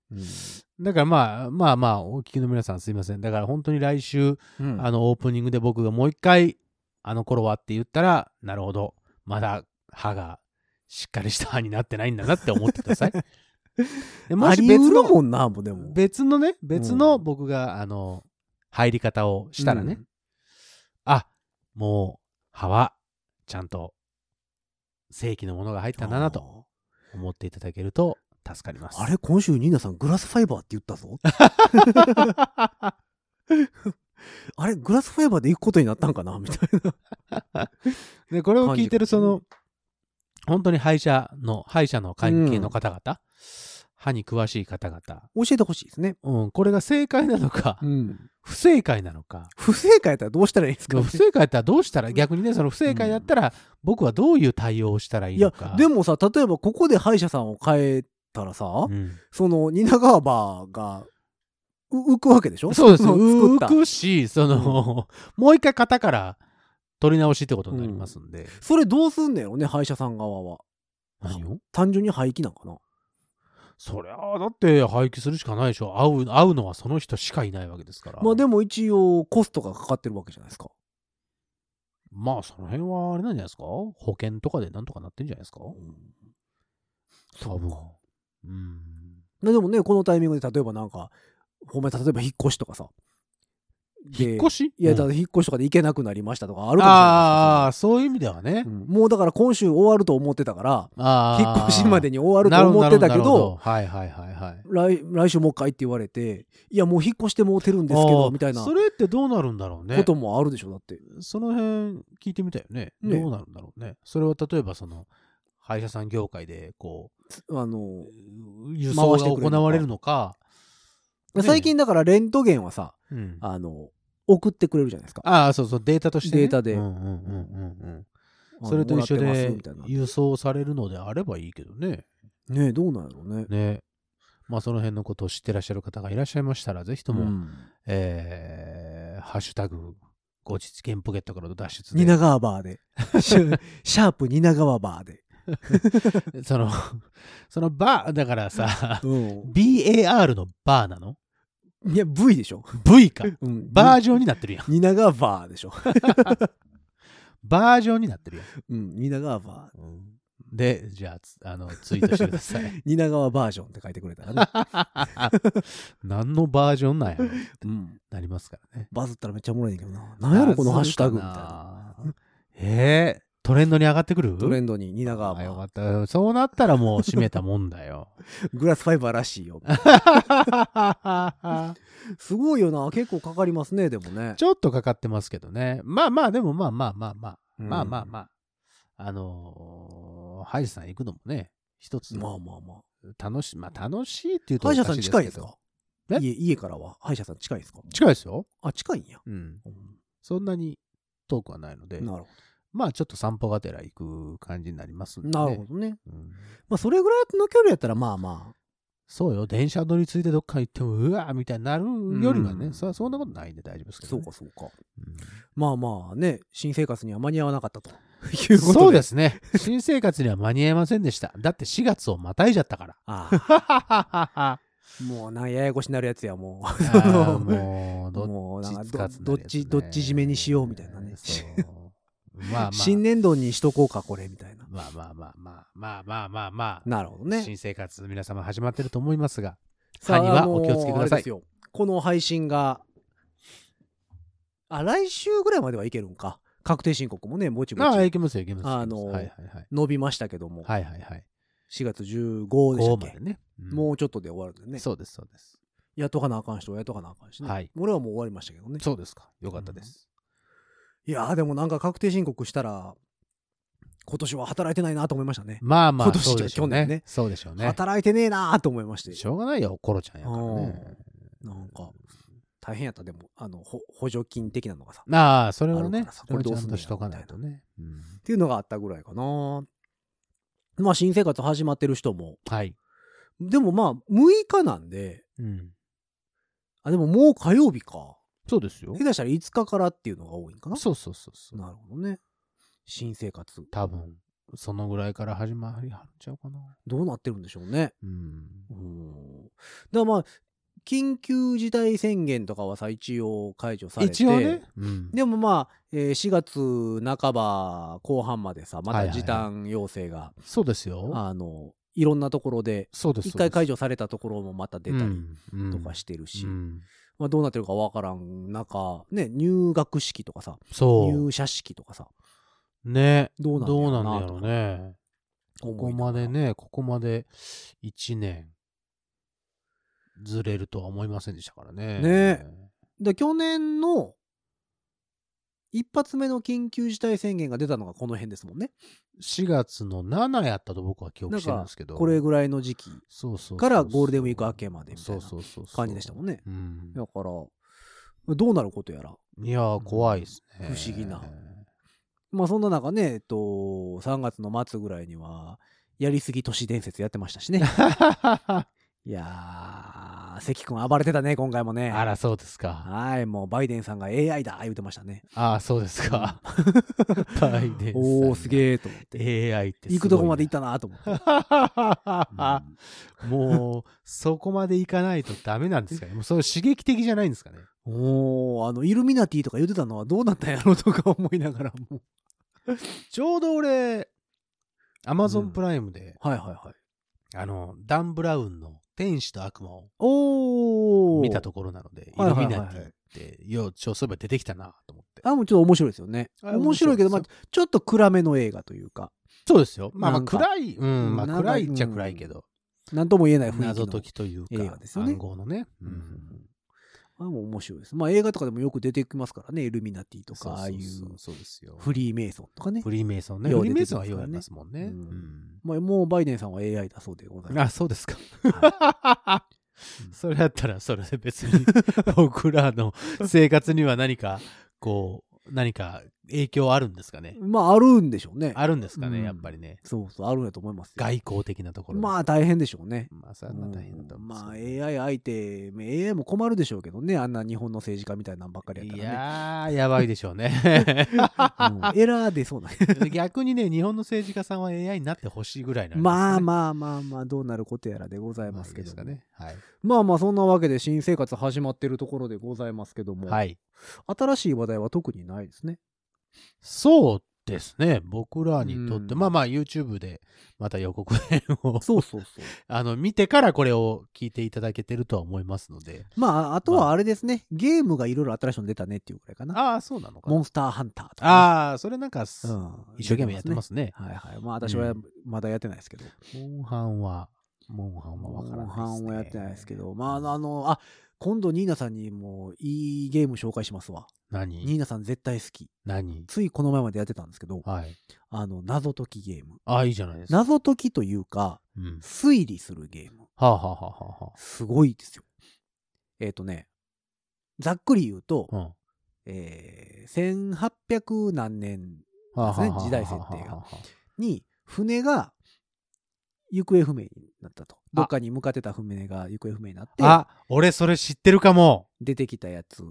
Speaker 3: だからまあまあまあ、お聞きの皆さんすいません。だから本当に来週、
Speaker 2: うん
Speaker 3: あのオープニングで僕がもう一回、あの頃はって言ったら、なるほど、まだ歯がしっかりした歯になってないんだなって思ってくだ さい。でも
Speaker 2: あ
Speaker 3: し
Speaker 2: り
Speaker 3: 別
Speaker 2: うる
Speaker 3: の、
Speaker 2: もんな、もうでも。
Speaker 3: 別のね、別の
Speaker 2: うん
Speaker 3: 僕が、あの、入り方をしたらね、あ、もう歯はちゃんと正規のものが入ったんだなと思っていただけると助かります。
Speaker 2: あー。あ れ、今週ニーナさんグラスファイバーって言った ぞ。あれ、グラスファイバーで行くことになったんかなみたいな。
Speaker 3: で、これを
Speaker 2: 感じ
Speaker 3: 聞いてるそ
Speaker 2: がね
Speaker 3: の、本当に歯医者の、歯医者の関係の方々、歯に詳しい方々、
Speaker 2: 教えてほしいですね。
Speaker 3: うん、これが正解なのか、
Speaker 2: うん。
Speaker 3: 不正解なのか、
Speaker 2: 不正解やったらどうしたらいいんですか、ね、
Speaker 3: 不正解だったらど うしたら、逆にね、その不正解だったら、僕はどういう対応をしたらいい
Speaker 2: い
Speaker 3: の
Speaker 2: や
Speaker 3: か。、
Speaker 2: でもさ、例えばここで歯医者さんを変えたらさ、
Speaker 3: うん
Speaker 2: その、蜷川バーが、う浮くわけでしょ
Speaker 3: そうですよ。
Speaker 2: の作っ
Speaker 3: 浮
Speaker 2: た。
Speaker 3: くし、その、もう一回型から取り直しってことになりますんで。
Speaker 2: それどうすんねんよね、歯医者さん側は。
Speaker 3: 何を
Speaker 2: 単純に廃棄なんかな。
Speaker 3: そりゃあだって廃棄するしかないでしょ会う会うのはその人しかいないわけですから
Speaker 2: まあで
Speaker 3: も
Speaker 2: も一応、コストがかかってるわけじゃないですか。
Speaker 3: まあその辺はあれなんじゃないですか保険とかでなんとかなってんじゃないですか多分うん
Speaker 2: ででもね、このタイミングで例えばなんか、お前例えば引っ越しとかさ。で
Speaker 3: 引っ越し
Speaker 2: いや、だ
Speaker 3: うん
Speaker 2: から引っ越しとかで行けなくなりましたとかあるかもしれ
Speaker 3: あ
Speaker 2: な
Speaker 3: あそういう意味ではね
Speaker 2: いです、よねうんもうだから今週終わると思ってたから、
Speaker 3: あ
Speaker 2: 引っ越しまでに
Speaker 3: に
Speaker 2: 終わると思ってたけど、
Speaker 3: はいはいはいはい
Speaker 2: 来来週もう一回って言われて、いや、もう引っ越してもうてるんですけ
Speaker 3: あ
Speaker 2: ど、
Speaker 3: ー
Speaker 2: みたいな
Speaker 3: そ
Speaker 2: こ
Speaker 3: れってどうなるんだろうね
Speaker 2: ともあるでしょ、だって。
Speaker 3: その辺聞いてみたよね
Speaker 2: ね
Speaker 3: どうなるんだろうねそれは例えばその歯医者さん業界でこ
Speaker 2: あの
Speaker 3: う、輸送
Speaker 2: 回
Speaker 3: が
Speaker 2: してくれるのか
Speaker 3: 行われるのかね
Speaker 2: 最近だからレントゲンはさ、
Speaker 3: うん
Speaker 2: あの、送ってくれるじゃないですか。
Speaker 3: ああ、そうそう、データとして、ね。
Speaker 2: データで
Speaker 3: うんうんうんうんうん。
Speaker 2: あの
Speaker 3: それと一緒
Speaker 2: もらってま
Speaker 3: で
Speaker 2: すみたいな
Speaker 3: 輸送されるのであればいいけどね。
Speaker 2: ねえどうなんやろうね。
Speaker 3: ね。まあ、その辺のことを知ってらっしゃる方がいらっしゃいましたら、ぜひとも、
Speaker 2: うん
Speaker 3: えーハッシュタグ、ご実現ポケットからの脱出で
Speaker 2: 蜷、川バ ーで。シャシャープ蜷川バーで。
Speaker 3: その、 そのバー、だからさ、
Speaker 2: うん。
Speaker 3: BAR のバーなの
Speaker 2: いや、V でしょ。
Speaker 3: ?V か。
Speaker 2: うん
Speaker 3: バージョンになってるやん。
Speaker 2: 蜷川バーでしょ。
Speaker 3: バージョンになってるやん。
Speaker 2: うん。蜷川バ
Speaker 3: で、じゃあつ、あの、ツイートしてください。
Speaker 2: ー。蜷川バージョンって書いてくれたら ね。
Speaker 3: 何のバージョンなんやろって
Speaker 2: うん。
Speaker 3: なりますからね。
Speaker 2: バズったらめっちゃおもろいねんだけどな。なんやろ、このハッシュタグみたいな。
Speaker 3: な。えー、トレンドに上がってくる
Speaker 2: トレンドに蜷川
Speaker 3: あよか
Speaker 2: バー。
Speaker 3: った。そうなったらもう閉めたもん だよ。
Speaker 2: グラスファイバーらしい よ。すごいよな。結構かかりますね、でもね。
Speaker 3: ちょっとかかってますけどね。まあまあ、でもまあまあまあまあ、まあまあ
Speaker 2: あ。
Speaker 3: まあ、あのー歯医者さん行くのもね、一つ
Speaker 2: まあ
Speaker 3: の
Speaker 2: まあまあ。
Speaker 3: 楽しい、まあ楽しいっていうと
Speaker 2: 歯
Speaker 3: お
Speaker 2: 医
Speaker 3: か
Speaker 2: 者
Speaker 3: し
Speaker 2: さん近いです
Speaker 3: けど
Speaker 2: か
Speaker 3: え
Speaker 2: 家家からは歯医者さん近いですか
Speaker 3: 近いですよ。
Speaker 2: あ、近いんや。
Speaker 3: うん。
Speaker 2: うん
Speaker 3: そんなに遠くはないので、
Speaker 2: なるほ
Speaker 3: まあちょっと散歩がてら行く感じになります
Speaker 2: ど。
Speaker 3: んで、
Speaker 2: なるほどね。
Speaker 3: ど。うん
Speaker 2: まあ、それぐらいの距離やったら、まあま
Speaker 3: そうよ、電車乗り継いでどっか行っても、うわーみたいになるよりはね、
Speaker 2: うん
Speaker 3: そそんなことないんで大丈夫です
Speaker 2: あ。
Speaker 3: けど、ね。
Speaker 2: そうか。
Speaker 3: うん
Speaker 2: まあまあね、新生活には間に合わなかった ということで。。
Speaker 3: そうですすね。新生活には間に合いませんでした。だって4月をまたいじゃったから。
Speaker 2: ああ
Speaker 3: あ
Speaker 2: もうな、ややこしになるやつや、もう。
Speaker 3: ー もう、どっ
Speaker 2: もうなんか
Speaker 3: ちつ
Speaker 2: ど
Speaker 3: かずにな
Speaker 2: どっ
Speaker 3: るやつね
Speaker 2: ち、どっち締めにしようみたいなね。
Speaker 3: そうまあまあ。
Speaker 2: 新年度にしとこうか、これ、みたいな。
Speaker 3: まあまあまあまあまあまあまあまあ。
Speaker 2: なるほどね。
Speaker 3: 新生活、皆様始まってると思いま すが、
Speaker 2: さあ
Speaker 3: 歯には
Speaker 2: あのー
Speaker 3: お気をつけくだ
Speaker 2: あれ
Speaker 3: さ
Speaker 2: で
Speaker 3: い
Speaker 2: す。よこの配信が、あ、来週ぐらいまではいけるんか。確定申告もね、ぼちぼ
Speaker 3: ああ、い
Speaker 2: ち
Speaker 3: けますよ、いけます。
Speaker 2: あのー
Speaker 3: はいはいはい。
Speaker 2: 伸びましたけども、
Speaker 3: はいはいはい。
Speaker 2: 4月15でした
Speaker 3: 5
Speaker 2: っ
Speaker 3: ま
Speaker 2: け
Speaker 3: で、ね。うん
Speaker 2: もうちょっとで終わるんでね。
Speaker 3: そうです、そうです。
Speaker 2: やっとかなあかん人はやっとかなあかんしね。
Speaker 3: はい
Speaker 2: 俺はもう終わりましたけどね。
Speaker 3: そうですか。よかったです。
Speaker 2: いやーでもなんか確定申告したら、今年は働いてないなと思いましたね。
Speaker 3: まあまあ、
Speaker 2: 今年
Speaker 3: そうでしょ
Speaker 2: 去
Speaker 3: う
Speaker 2: 年
Speaker 3: ね
Speaker 2: ね。
Speaker 3: そうでしょうね。
Speaker 2: 働いてねえなーと思いまして。
Speaker 3: しょうがないよ、コロちゃんやからね。
Speaker 2: なんか、大変やった。でも、あの、ほ補助金的なのがさ。っ
Speaker 3: ああ、それは
Speaker 2: ある
Speaker 3: ね
Speaker 2: からさ、
Speaker 3: これ
Speaker 2: こ
Speaker 3: ち
Speaker 2: れど
Speaker 3: ゃ
Speaker 2: うんすん
Speaker 3: と
Speaker 2: の
Speaker 3: しとかないとね。うん
Speaker 2: ていうのがあったぐらいかな。まあ、新生活始まってる人も。
Speaker 3: はい。
Speaker 2: でもまあ、6日なんで、
Speaker 3: うん
Speaker 2: あ、でももう火曜日か。
Speaker 3: そうですよ
Speaker 2: 下。手したら5日からっていうのが多いんかな。
Speaker 3: そうそうそうそう。
Speaker 2: なるほどね。新生活。
Speaker 3: 多分、そのぐらいから始まりはるんちゃうかな。
Speaker 2: どうなってるんでしょうね。
Speaker 3: うん。
Speaker 2: うん。だからまあ、緊急事態宣言とかはさ、一応解除されて。
Speaker 3: 一応ね。うん
Speaker 2: でもまあ、えー4月半ば後半までさ、ま
Speaker 3: は
Speaker 2: た
Speaker 3: いはいはい
Speaker 2: 時短要請が、
Speaker 3: そうですよ。
Speaker 2: あの、いろんなところで、
Speaker 3: そうです。
Speaker 2: 一回解
Speaker 3: 除
Speaker 2: 除されたところもまた出たりとかしてるし、まあ、どうなってるかわからん中、ね、入学式とかさ、
Speaker 3: そ
Speaker 2: 入社式とかさ、
Speaker 3: う。ね。
Speaker 2: どうなんだ
Speaker 3: どう
Speaker 2: ろ
Speaker 3: な
Speaker 2: うんな
Speaker 3: だろうね。ここまで。ね、ここまで1年ずれるとは思いませんでしたからね。
Speaker 2: ねで、去年の一発目の緊急事態宣言が出たのがこの辺ですもんね。
Speaker 3: 4月の7やったと僕は記憶してるんですけど。
Speaker 2: これぐらいの時期
Speaker 3: そうそうそう
Speaker 2: からゴールデンウィーク明けまでみたい
Speaker 3: そう
Speaker 2: な
Speaker 3: そうそうそう
Speaker 2: 感じでしたもんね。
Speaker 3: うん
Speaker 2: だから、どうなることやら。
Speaker 3: いやー、怖いですね。
Speaker 2: 不思議なまあそんな中ね、えっと、3月の末ぐらいには、やりすぎ都市伝説やってましたし ね。いやー、関君暴れてたね、今回もね。
Speaker 3: あら、そうですか。
Speaker 2: はい、もうバイデンさんが AI だ言うてましたね。
Speaker 3: ああ、そうですか。バイデンさんが
Speaker 2: おー、すげーと思って。
Speaker 3: AI ってすごいな。
Speaker 2: 行くとこまで行ったなと思って。
Speaker 3: た。もう、そこまで行かないとダメなんで すかね。もう、それ刺激的じゃないんですかね。
Speaker 2: うんおー、あの、イルミナティとか言ってたのはどうなったんやろうとか思いながらも。
Speaker 3: ちょうど俺、アマゾンプライムで、
Speaker 2: はいはいはい。
Speaker 3: あの、ダン・ブラウンの天使と悪魔を
Speaker 2: おー。
Speaker 3: 見たところなので、イ
Speaker 2: はい
Speaker 3: ル
Speaker 2: はい
Speaker 3: ミ
Speaker 2: はい
Speaker 3: ナティって、よう、ちょ、そういえば出てきたなと思って。
Speaker 2: あ、もうちょっと面白いですよね。
Speaker 3: あ
Speaker 2: 面白いけど、ま
Speaker 3: 面白い
Speaker 2: あ
Speaker 3: で、
Speaker 2: ちょっと暗めの映画というか、
Speaker 3: そうですよ。まあ
Speaker 2: な
Speaker 3: まあ、
Speaker 2: んか
Speaker 3: 暗い、うん、まあ、
Speaker 2: なんか
Speaker 3: 暗いっちゃ暗いけど、
Speaker 2: なんとも言えない雰囲気の。
Speaker 3: 謎解きという
Speaker 2: 映画
Speaker 3: か
Speaker 2: で、すよね
Speaker 3: 暗号のね。う
Speaker 2: うんうんうんん。あれも面白いです。まあ映画とかでもよく出てきますからね、イルミナティと
Speaker 3: そ
Speaker 2: か、
Speaker 3: う
Speaker 2: ああい
Speaker 3: そううそうですよ。
Speaker 2: フリーメイソンとかね
Speaker 3: フ。リーメイソンね。
Speaker 2: よ
Speaker 3: フ
Speaker 2: う
Speaker 3: リ
Speaker 2: 出
Speaker 3: ー
Speaker 2: て
Speaker 3: メ
Speaker 2: き
Speaker 3: イ
Speaker 2: ますからね
Speaker 3: ソンはようやりますもんね。
Speaker 2: うん
Speaker 3: うん
Speaker 2: まあもうバイデンさんは AI だそうでございます。
Speaker 3: あ、そうですか。
Speaker 2: は
Speaker 3: それだったら、それで別に、僕らの生活には何か、こう、何か影響あるんですかね。
Speaker 2: まああるんでしょうね。
Speaker 3: あるんですか
Speaker 2: うん
Speaker 3: ね、やっぱりね。
Speaker 2: そうそう、あるんだと思いますよ。
Speaker 3: 外交的なところで。
Speaker 2: まあ大変でしょうね。
Speaker 3: まあ、それは大変だと
Speaker 2: うん
Speaker 3: 思うん
Speaker 2: まあ
Speaker 3: ですよ
Speaker 2: AI 相手、まあ AI も困るでしょうけどね、あんな日本の政治家みたいなのばっかりやっ
Speaker 3: い
Speaker 2: たらね。
Speaker 3: やー、やばいでしょう ね。
Speaker 2: うんエラー出そうな。
Speaker 3: 逆にね、日本の政治家さんは AI になってほしいぐらいなんですね
Speaker 2: まあまあまあまあ、どうなることやらでござい
Speaker 3: ま
Speaker 2: ま
Speaker 3: あ
Speaker 2: すけ
Speaker 3: いいで
Speaker 2: ど
Speaker 3: す
Speaker 2: も
Speaker 3: かね。はい。
Speaker 2: まあまあそんなわけで新生活始まってるところでございますけども、
Speaker 3: はい。
Speaker 2: 新しい話題は特にないですね。
Speaker 3: そうですね。僕らにとって、
Speaker 2: うん
Speaker 3: まあまあ YouTube でまた予告編を
Speaker 2: そうそうそう。
Speaker 3: あの見てからこれを聞いていただけてるとは思いますので。
Speaker 2: まああとはあれですね、ゲームがいろいろ新しいの出たねっていうくらいかな。
Speaker 3: ああ、そうなのか
Speaker 2: モ
Speaker 3: な。
Speaker 2: ンスターハンターとかね、
Speaker 3: ああ、それなんかす、
Speaker 2: うん
Speaker 3: 一生懸命やってますね。
Speaker 2: はいはい。まあ私は
Speaker 3: うん
Speaker 2: まだやってないですけど。
Speaker 3: モンハンは、モンハンはわからないです、ね。
Speaker 2: モンハンはやってないですけど、まああの、あ今度ニーナさんにもいいゲーム紹介しますわ。ニ
Speaker 3: 何
Speaker 2: ーナさん絶対好き。
Speaker 3: 何
Speaker 2: ついこの前までやってたんですけど、
Speaker 3: はい。
Speaker 2: あの、謎解きゲーム。
Speaker 3: ああ、いいじゃないですか。
Speaker 2: 謎解きというか、
Speaker 3: うん。
Speaker 2: 推理するゲーム。
Speaker 3: はあ、はあはあは
Speaker 2: すごいですよ。えっ、とね、ざっくり言うと、
Speaker 3: あは
Speaker 2: えー1800何年
Speaker 3: あ、うん。はあはあはあはあはあ
Speaker 2: 時代設定が。に船が行方不明になったと。どっかに向かってた船が行方不明になって、
Speaker 3: あ、俺それ知ってるかも。
Speaker 2: 出てきたやつ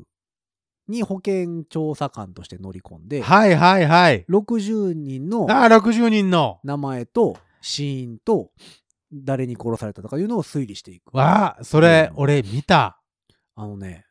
Speaker 2: に保健調査官として乗り込んで、
Speaker 3: はいはいはい。
Speaker 2: 60人の
Speaker 3: ああ、60人の。
Speaker 2: 名前と死因と誰に殺されたとかいうのを推理していく。あ
Speaker 3: わあ、それ、
Speaker 2: うん
Speaker 3: 俺見た。
Speaker 2: のね、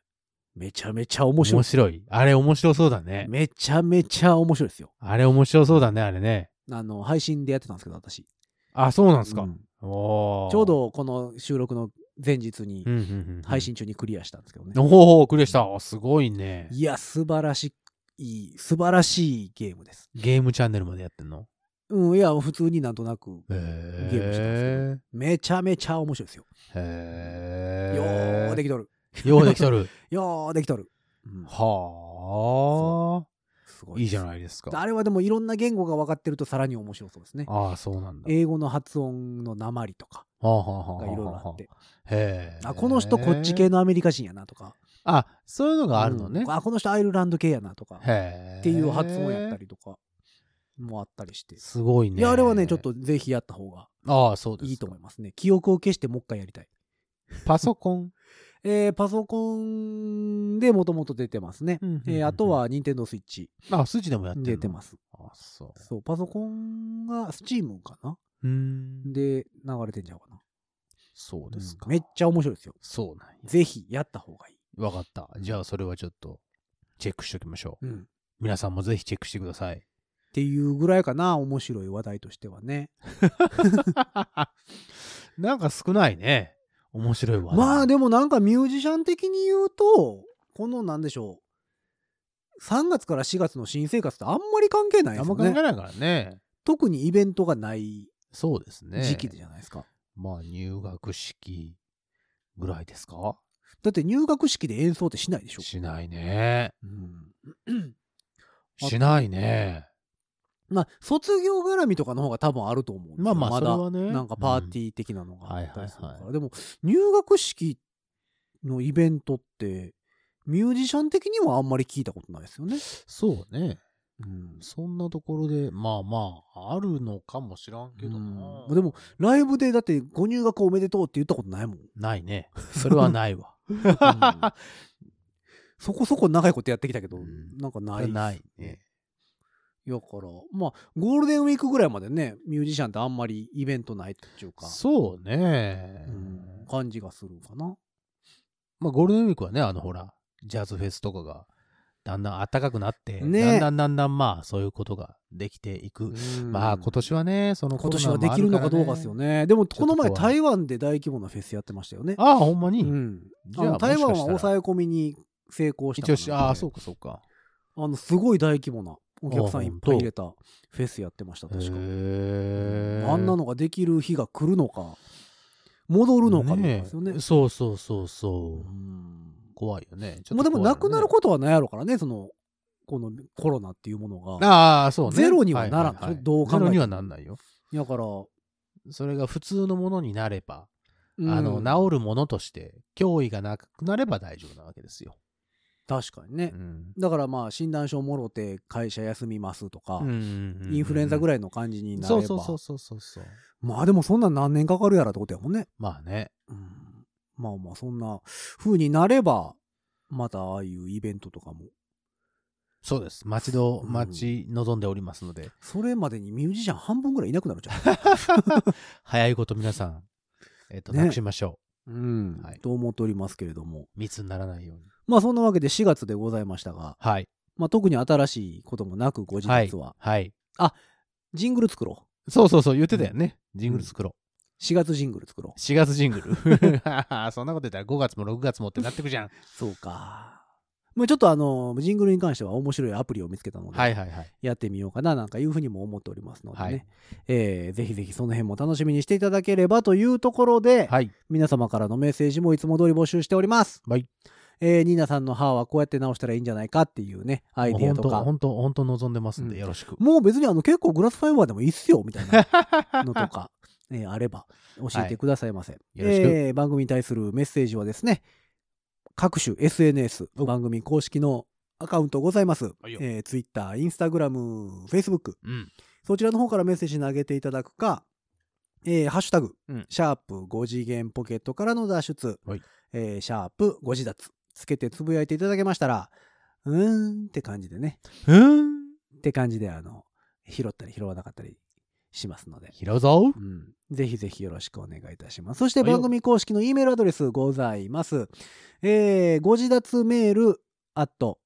Speaker 2: めちゃめちゃ面白い
Speaker 3: 面。白い。あれ面白そうだね。
Speaker 2: めちゃめちゃ面白いですよ。
Speaker 3: あれ面白そうだね、あれね。
Speaker 2: あの、配信でやってたんですけど、私。
Speaker 3: あ、そうなんですか。
Speaker 2: うん
Speaker 3: おお。
Speaker 2: ちょう、どこの収録の前日に
Speaker 3: うん、うんうんうん、
Speaker 2: 配。信中にクリアしたんですけどね。
Speaker 3: おお、クリアした。あすごいね。
Speaker 2: いや、素晴らしい、素晴らしいゲームです。
Speaker 3: ゲームチャンネルまでやってんの
Speaker 2: うん、いや、普通になんとなく、
Speaker 3: へ
Speaker 2: ゲームしたんで
Speaker 3: え。
Speaker 2: めちゃめちゃ面白いですよ。よ
Speaker 3: へ
Speaker 2: ー
Speaker 3: え。
Speaker 2: できとる。
Speaker 3: ようでき とる。
Speaker 2: よーできとる。うん
Speaker 3: は
Speaker 2: す
Speaker 3: あ。
Speaker 2: ご
Speaker 3: いいじゃ
Speaker 2: い
Speaker 3: ないです
Speaker 2: です。
Speaker 3: か。
Speaker 2: あれはでもいろんな言語が分かってるとさらに面白そうですね。
Speaker 3: ああ、そうなんだ。
Speaker 2: 英語の発音の鉛とか
Speaker 3: はあはあはあは
Speaker 2: が
Speaker 3: あ
Speaker 2: いろいろあって、
Speaker 3: へえ。
Speaker 2: あ、この人こっち系のアメリカ人やなとか、
Speaker 3: あ、そういうのがあるのね
Speaker 2: うん。あ、この人アイルランド系やなとか、
Speaker 3: へえ。
Speaker 2: っていう発音やったりとかもあったりして。
Speaker 3: すごいね。
Speaker 2: いや、あれはね、ちょっ。とぜひやった方が
Speaker 3: ああ、そうです。
Speaker 2: いいと思いますね。記憶を消してもう一回やりたい。
Speaker 3: パソコン。
Speaker 2: えーパソコンでもともと出てますね。えーあと、は、任天堂スイッチ
Speaker 3: あ、スイッチでもやってる。
Speaker 2: 出てます。
Speaker 3: あ、そ
Speaker 2: そう、パソコンが、スチームかな
Speaker 3: う。うん。
Speaker 2: で、流れてんちゃうかな。
Speaker 3: そうですか。
Speaker 2: めっちゃ面白いですよ。
Speaker 3: そうなんや。
Speaker 2: ぜひ、やった方がいい。
Speaker 3: わかった。じゃあ、それはちょっと、チェックしておきましょう。
Speaker 2: うん。っ
Speaker 3: 皆さんもぜひチェックしてください。
Speaker 2: ていうぐらいかな、面白い話題としてはね。
Speaker 3: なんか少ないね。面白いわ。
Speaker 2: まあ、でもなんかミュージシャン的に言うと、このなんでしょう。3月から4月の新生活とあんまり関係ないで
Speaker 3: あん
Speaker 2: す
Speaker 3: ま
Speaker 2: よ
Speaker 3: 考
Speaker 2: ね。
Speaker 3: えないからね。
Speaker 2: 特にイベントがない
Speaker 3: そうですね。
Speaker 2: 時期じゃないですか。
Speaker 3: まあ、入学式ぐらいですか
Speaker 2: だって入学式で演奏ってしないでしょ。
Speaker 3: しないね。
Speaker 2: うん
Speaker 3: しないね。
Speaker 2: まあ、卒業絡みとかの方が多分あると思うんですよ。
Speaker 3: まあまあそれ
Speaker 2: だ
Speaker 3: はね
Speaker 2: なんかパーティー的なのがあったりするから
Speaker 3: うんはいはいは
Speaker 2: でも、入学式のイベントって、ミュージシャン的にはあんまり聞いたことないですよね。
Speaker 3: そうね。
Speaker 2: うん
Speaker 3: そんなところで、まあまあ、あるのかもしらんけどな。
Speaker 2: うんでも、ライブでだってご入学おめでとうって言ったことないもん。
Speaker 3: な いね。それはないわ。
Speaker 2: そこそこ長いことやってきたけど、
Speaker 3: うん
Speaker 2: なんか
Speaker 3: そ
Speaker 2: な
Speaker 3: れ
Speaker 2: い。
Speaker 3: ないね。
Speaker 2: やから、まあ、ゴールデンウィークぐらいまでね、ミュージシャンってあんまりイベントないっていうか、
Speaker 3: そうね。
Speaker 2: うん感じがするかな。
Speaker 3: まあ、ゴールデンウィークはね、あの、ほら、ジャズフェスとかが、だんだん暖かくなって、
Speaker 2: ね
Speaker 3: だんだんだんだん、まあ、そういうことができていく。まあ、今年はね、そのコ
Speaker 2: 今
Speaker 3: ロナ
Speaker 2: 年
Speaker 3: もあ
Speaker 2: は
Speaker 3: から
Speaker 2: でき
Speaker 3: ね
Speaker 2: るのかどうかですよ。ね。でも、
Speaker 3: と
Speaker 2: この前、
Speaker 3: 怖い
Speaker 2: 台湾で大規模なフェスやってましたよね。
Speaker 3: ああ、ほんまに。
Speaker 2: うん。
Speaker 3: じ
Speaker 2: あ
Speaker 3: ゃあ
Speaker 2: の台湾は
Speaker 3: もしかした
Speaker 2: 抑
Speaker 3: ら
Speaker 2: え込みに成功したか
Speaker 3: 一
Speaker 2: な
Speaker 3: 応し、ああ、そうか、そうか。
Speaker 2: あの、すごい大規模なお客さんいっぱい入れたフェスやってました、確か。
Speaker 3: へえ。
Speaker 2: あんなのができる日が来るのか、戻るのかなんですよね。
Speaker 3: えそうそうそう
Speaker 2: う
Speaker 3: そう。
Speaker 2: ん
Speaker 3: 怖いよね。ちょっ
Speaker 2: まあ
Speaker 3: と
Speaker 2: でも
Speaker 3: 怖い
Speaker 2: な
Speaker 3: よね
Speaker 2: くなることはないやろからね、その、このコロナっていうものが。
Speaker 3: ああ、そうね。
Speaker 2: ゼロにはならん
Speaker 3: いいい
Speaker 2: どう考えても
Speaker 3: ゼロにはなんないよ。
Speaker 2: だから、
Speaker 3: それが普通のものになれば、
Speaker 2: うん
Speaker 3: あの、治るものとして、脅威がなくなれば大丈夫なわけですよ。
Speaker 2: 確かにね
Speaker 3: う。ん。
Speaker 2: だからまあ、診断書もろて会社休みますとか、イ
Speaker 3: イ
Speaker 2: ンフルエンザぐ
Speaker 3: らい
Speaker 2: らいの感じになれ
Speaker 3: そ
Speaker 2: ば。
Speaker 3: うそうそうそうそうそう。
Speaker 2: まあでもそんなん何年かかるやらってことやもんね。
Speaker 3: まあね。
Speaker 2: うんまあまあ、そんな風になれば、またああいうイベントとかも。
Speaker 3: そうです。待ちど、
Speaker 2: うん
Speaker 3: 待ち望んでおります ので、
Speaker 2: それまでにミュージシャン半分ぐらいいなくなるじゃん。
Speaker 3: 早いこと皆さん、えっと、
Speaker 2: ね
Speaker 3: なくしましょ
Speaker 2: うん
Speaker 3: はい
Speaker 2: と思っておりますけれども。
Speaker 3: う。密にならないように。
Speaker 2: まあそんなわけで4月でございましたが、
Speaker 3: はい。
Speaker 2: まあ特に新しいこともなくご自
Speaker 3: はい
Speaker 2: 立は、。
Speaker 3: はい。
Speaker 2: ジングル作ろ
Speaker 3: そうそうそう、言ってたよね。ジングル作ろう。
Speaker 2: う。4月ジングル作ろう。
Speaker 3: 4月ジングル。 そんなこと言ったら5月も6月もってなってくじゃん。
Speaker 2: そうか。まあちょっとあの、ジングルに関しては面白いアプリを見つけたので、
Speaker 3: はいはいはい。
Speaker 2: やってみようかななんかいうふうにも思っておりますのでね、
Speaker 3: はい
Speaker 2: えーぜひぜひその辺も楽しみにしていただければというところで、
Speaker 3: はい。
Speaker 2: 皆様からのメッセージもいつも通り募集しております。
Speaker 3: はい。
Speaker 2: えーニーナさんの歯はこうやって直したらいいんじゃないかっていうね、アイディア
Speaker 3: 本
Speaker 2: と
Speaker 3: 当
Speaker 2: か。
Speaker 3: 本当本当望んでますんで、
Speaker 2: うん
Speaker 3: よろしく。
Speaker 2: もう別にあの結構グラスファイバーでもいいっすよみたいなのと か、えーあれば教えてくださいませ、
Speaker 3: よろしく
Speaker 2: えー番組に対するメッセージはですね各種 SNS 番組公式のアカウントございます、
Speaker 3: いよ
Speaker 2: えー、Twitter、Instagram、Facebook
Speaker 3: うん。
Speaker 2: そちらの方からメッセージ投げていただくか、えーハッシュタグ、
Speaker 3: うん
Speaker 2: シャープ5次元ポケットからの脱出、
Speaker 3: はい
Speaker 2: えーシャープ5次脱つけてつぶやいていただけましたらうーんって感じでね
Speaker 3: うん。
Speaker 2: って感じで、あの、拾ったり拾わなかったりしますので、
Speaker 3: 拾うぞ
Speaker 2: う。ん。ぜひぜひよろしくお願いいたします。そして番組公式の E メールアドレスございます。えー、ご自立メール、アット、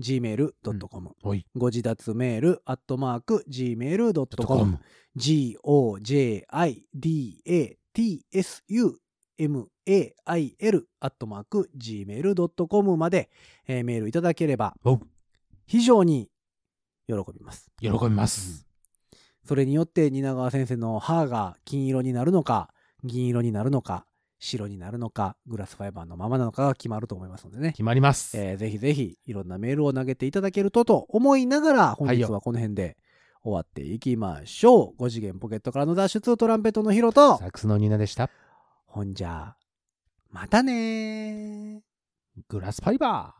Speaker 2: gmail.com。
Speaker 3: おい。
Speaker 2: ご自立メール、アットマーク、gmail.com。
Speaker 3: は
Speaker 2: g-o-j-i-d-a-t-s-u-m-a-i-l アットマーク gmail.com まで、えーメールいただければ
Speaker 3: お
Speaker 2: 非常に喜びます。
Speaker 3: 喜びます。
Speaker 2: それによって蜷川先生の歯が金色になるのか銀色になるのか白になるのかグラスファイバーのままなのかが決まると思いますのでね、
Speaker 3: 決まります。
Speaker 2: えーぜひぜひいろんなメールを投げていただけるとと思いながら本
Speaker 3: はい
Speaker 2: 日
Speaker 3: よ
Speaker 2: はこの辺で終わっていきましょう。5次元ポケットからの脱出トランペットのヒロと
Speaker 3: サックスのニーナでした。
Speaker 2: ほんじゃまたねー。
Speaker 3: グラスファイバー。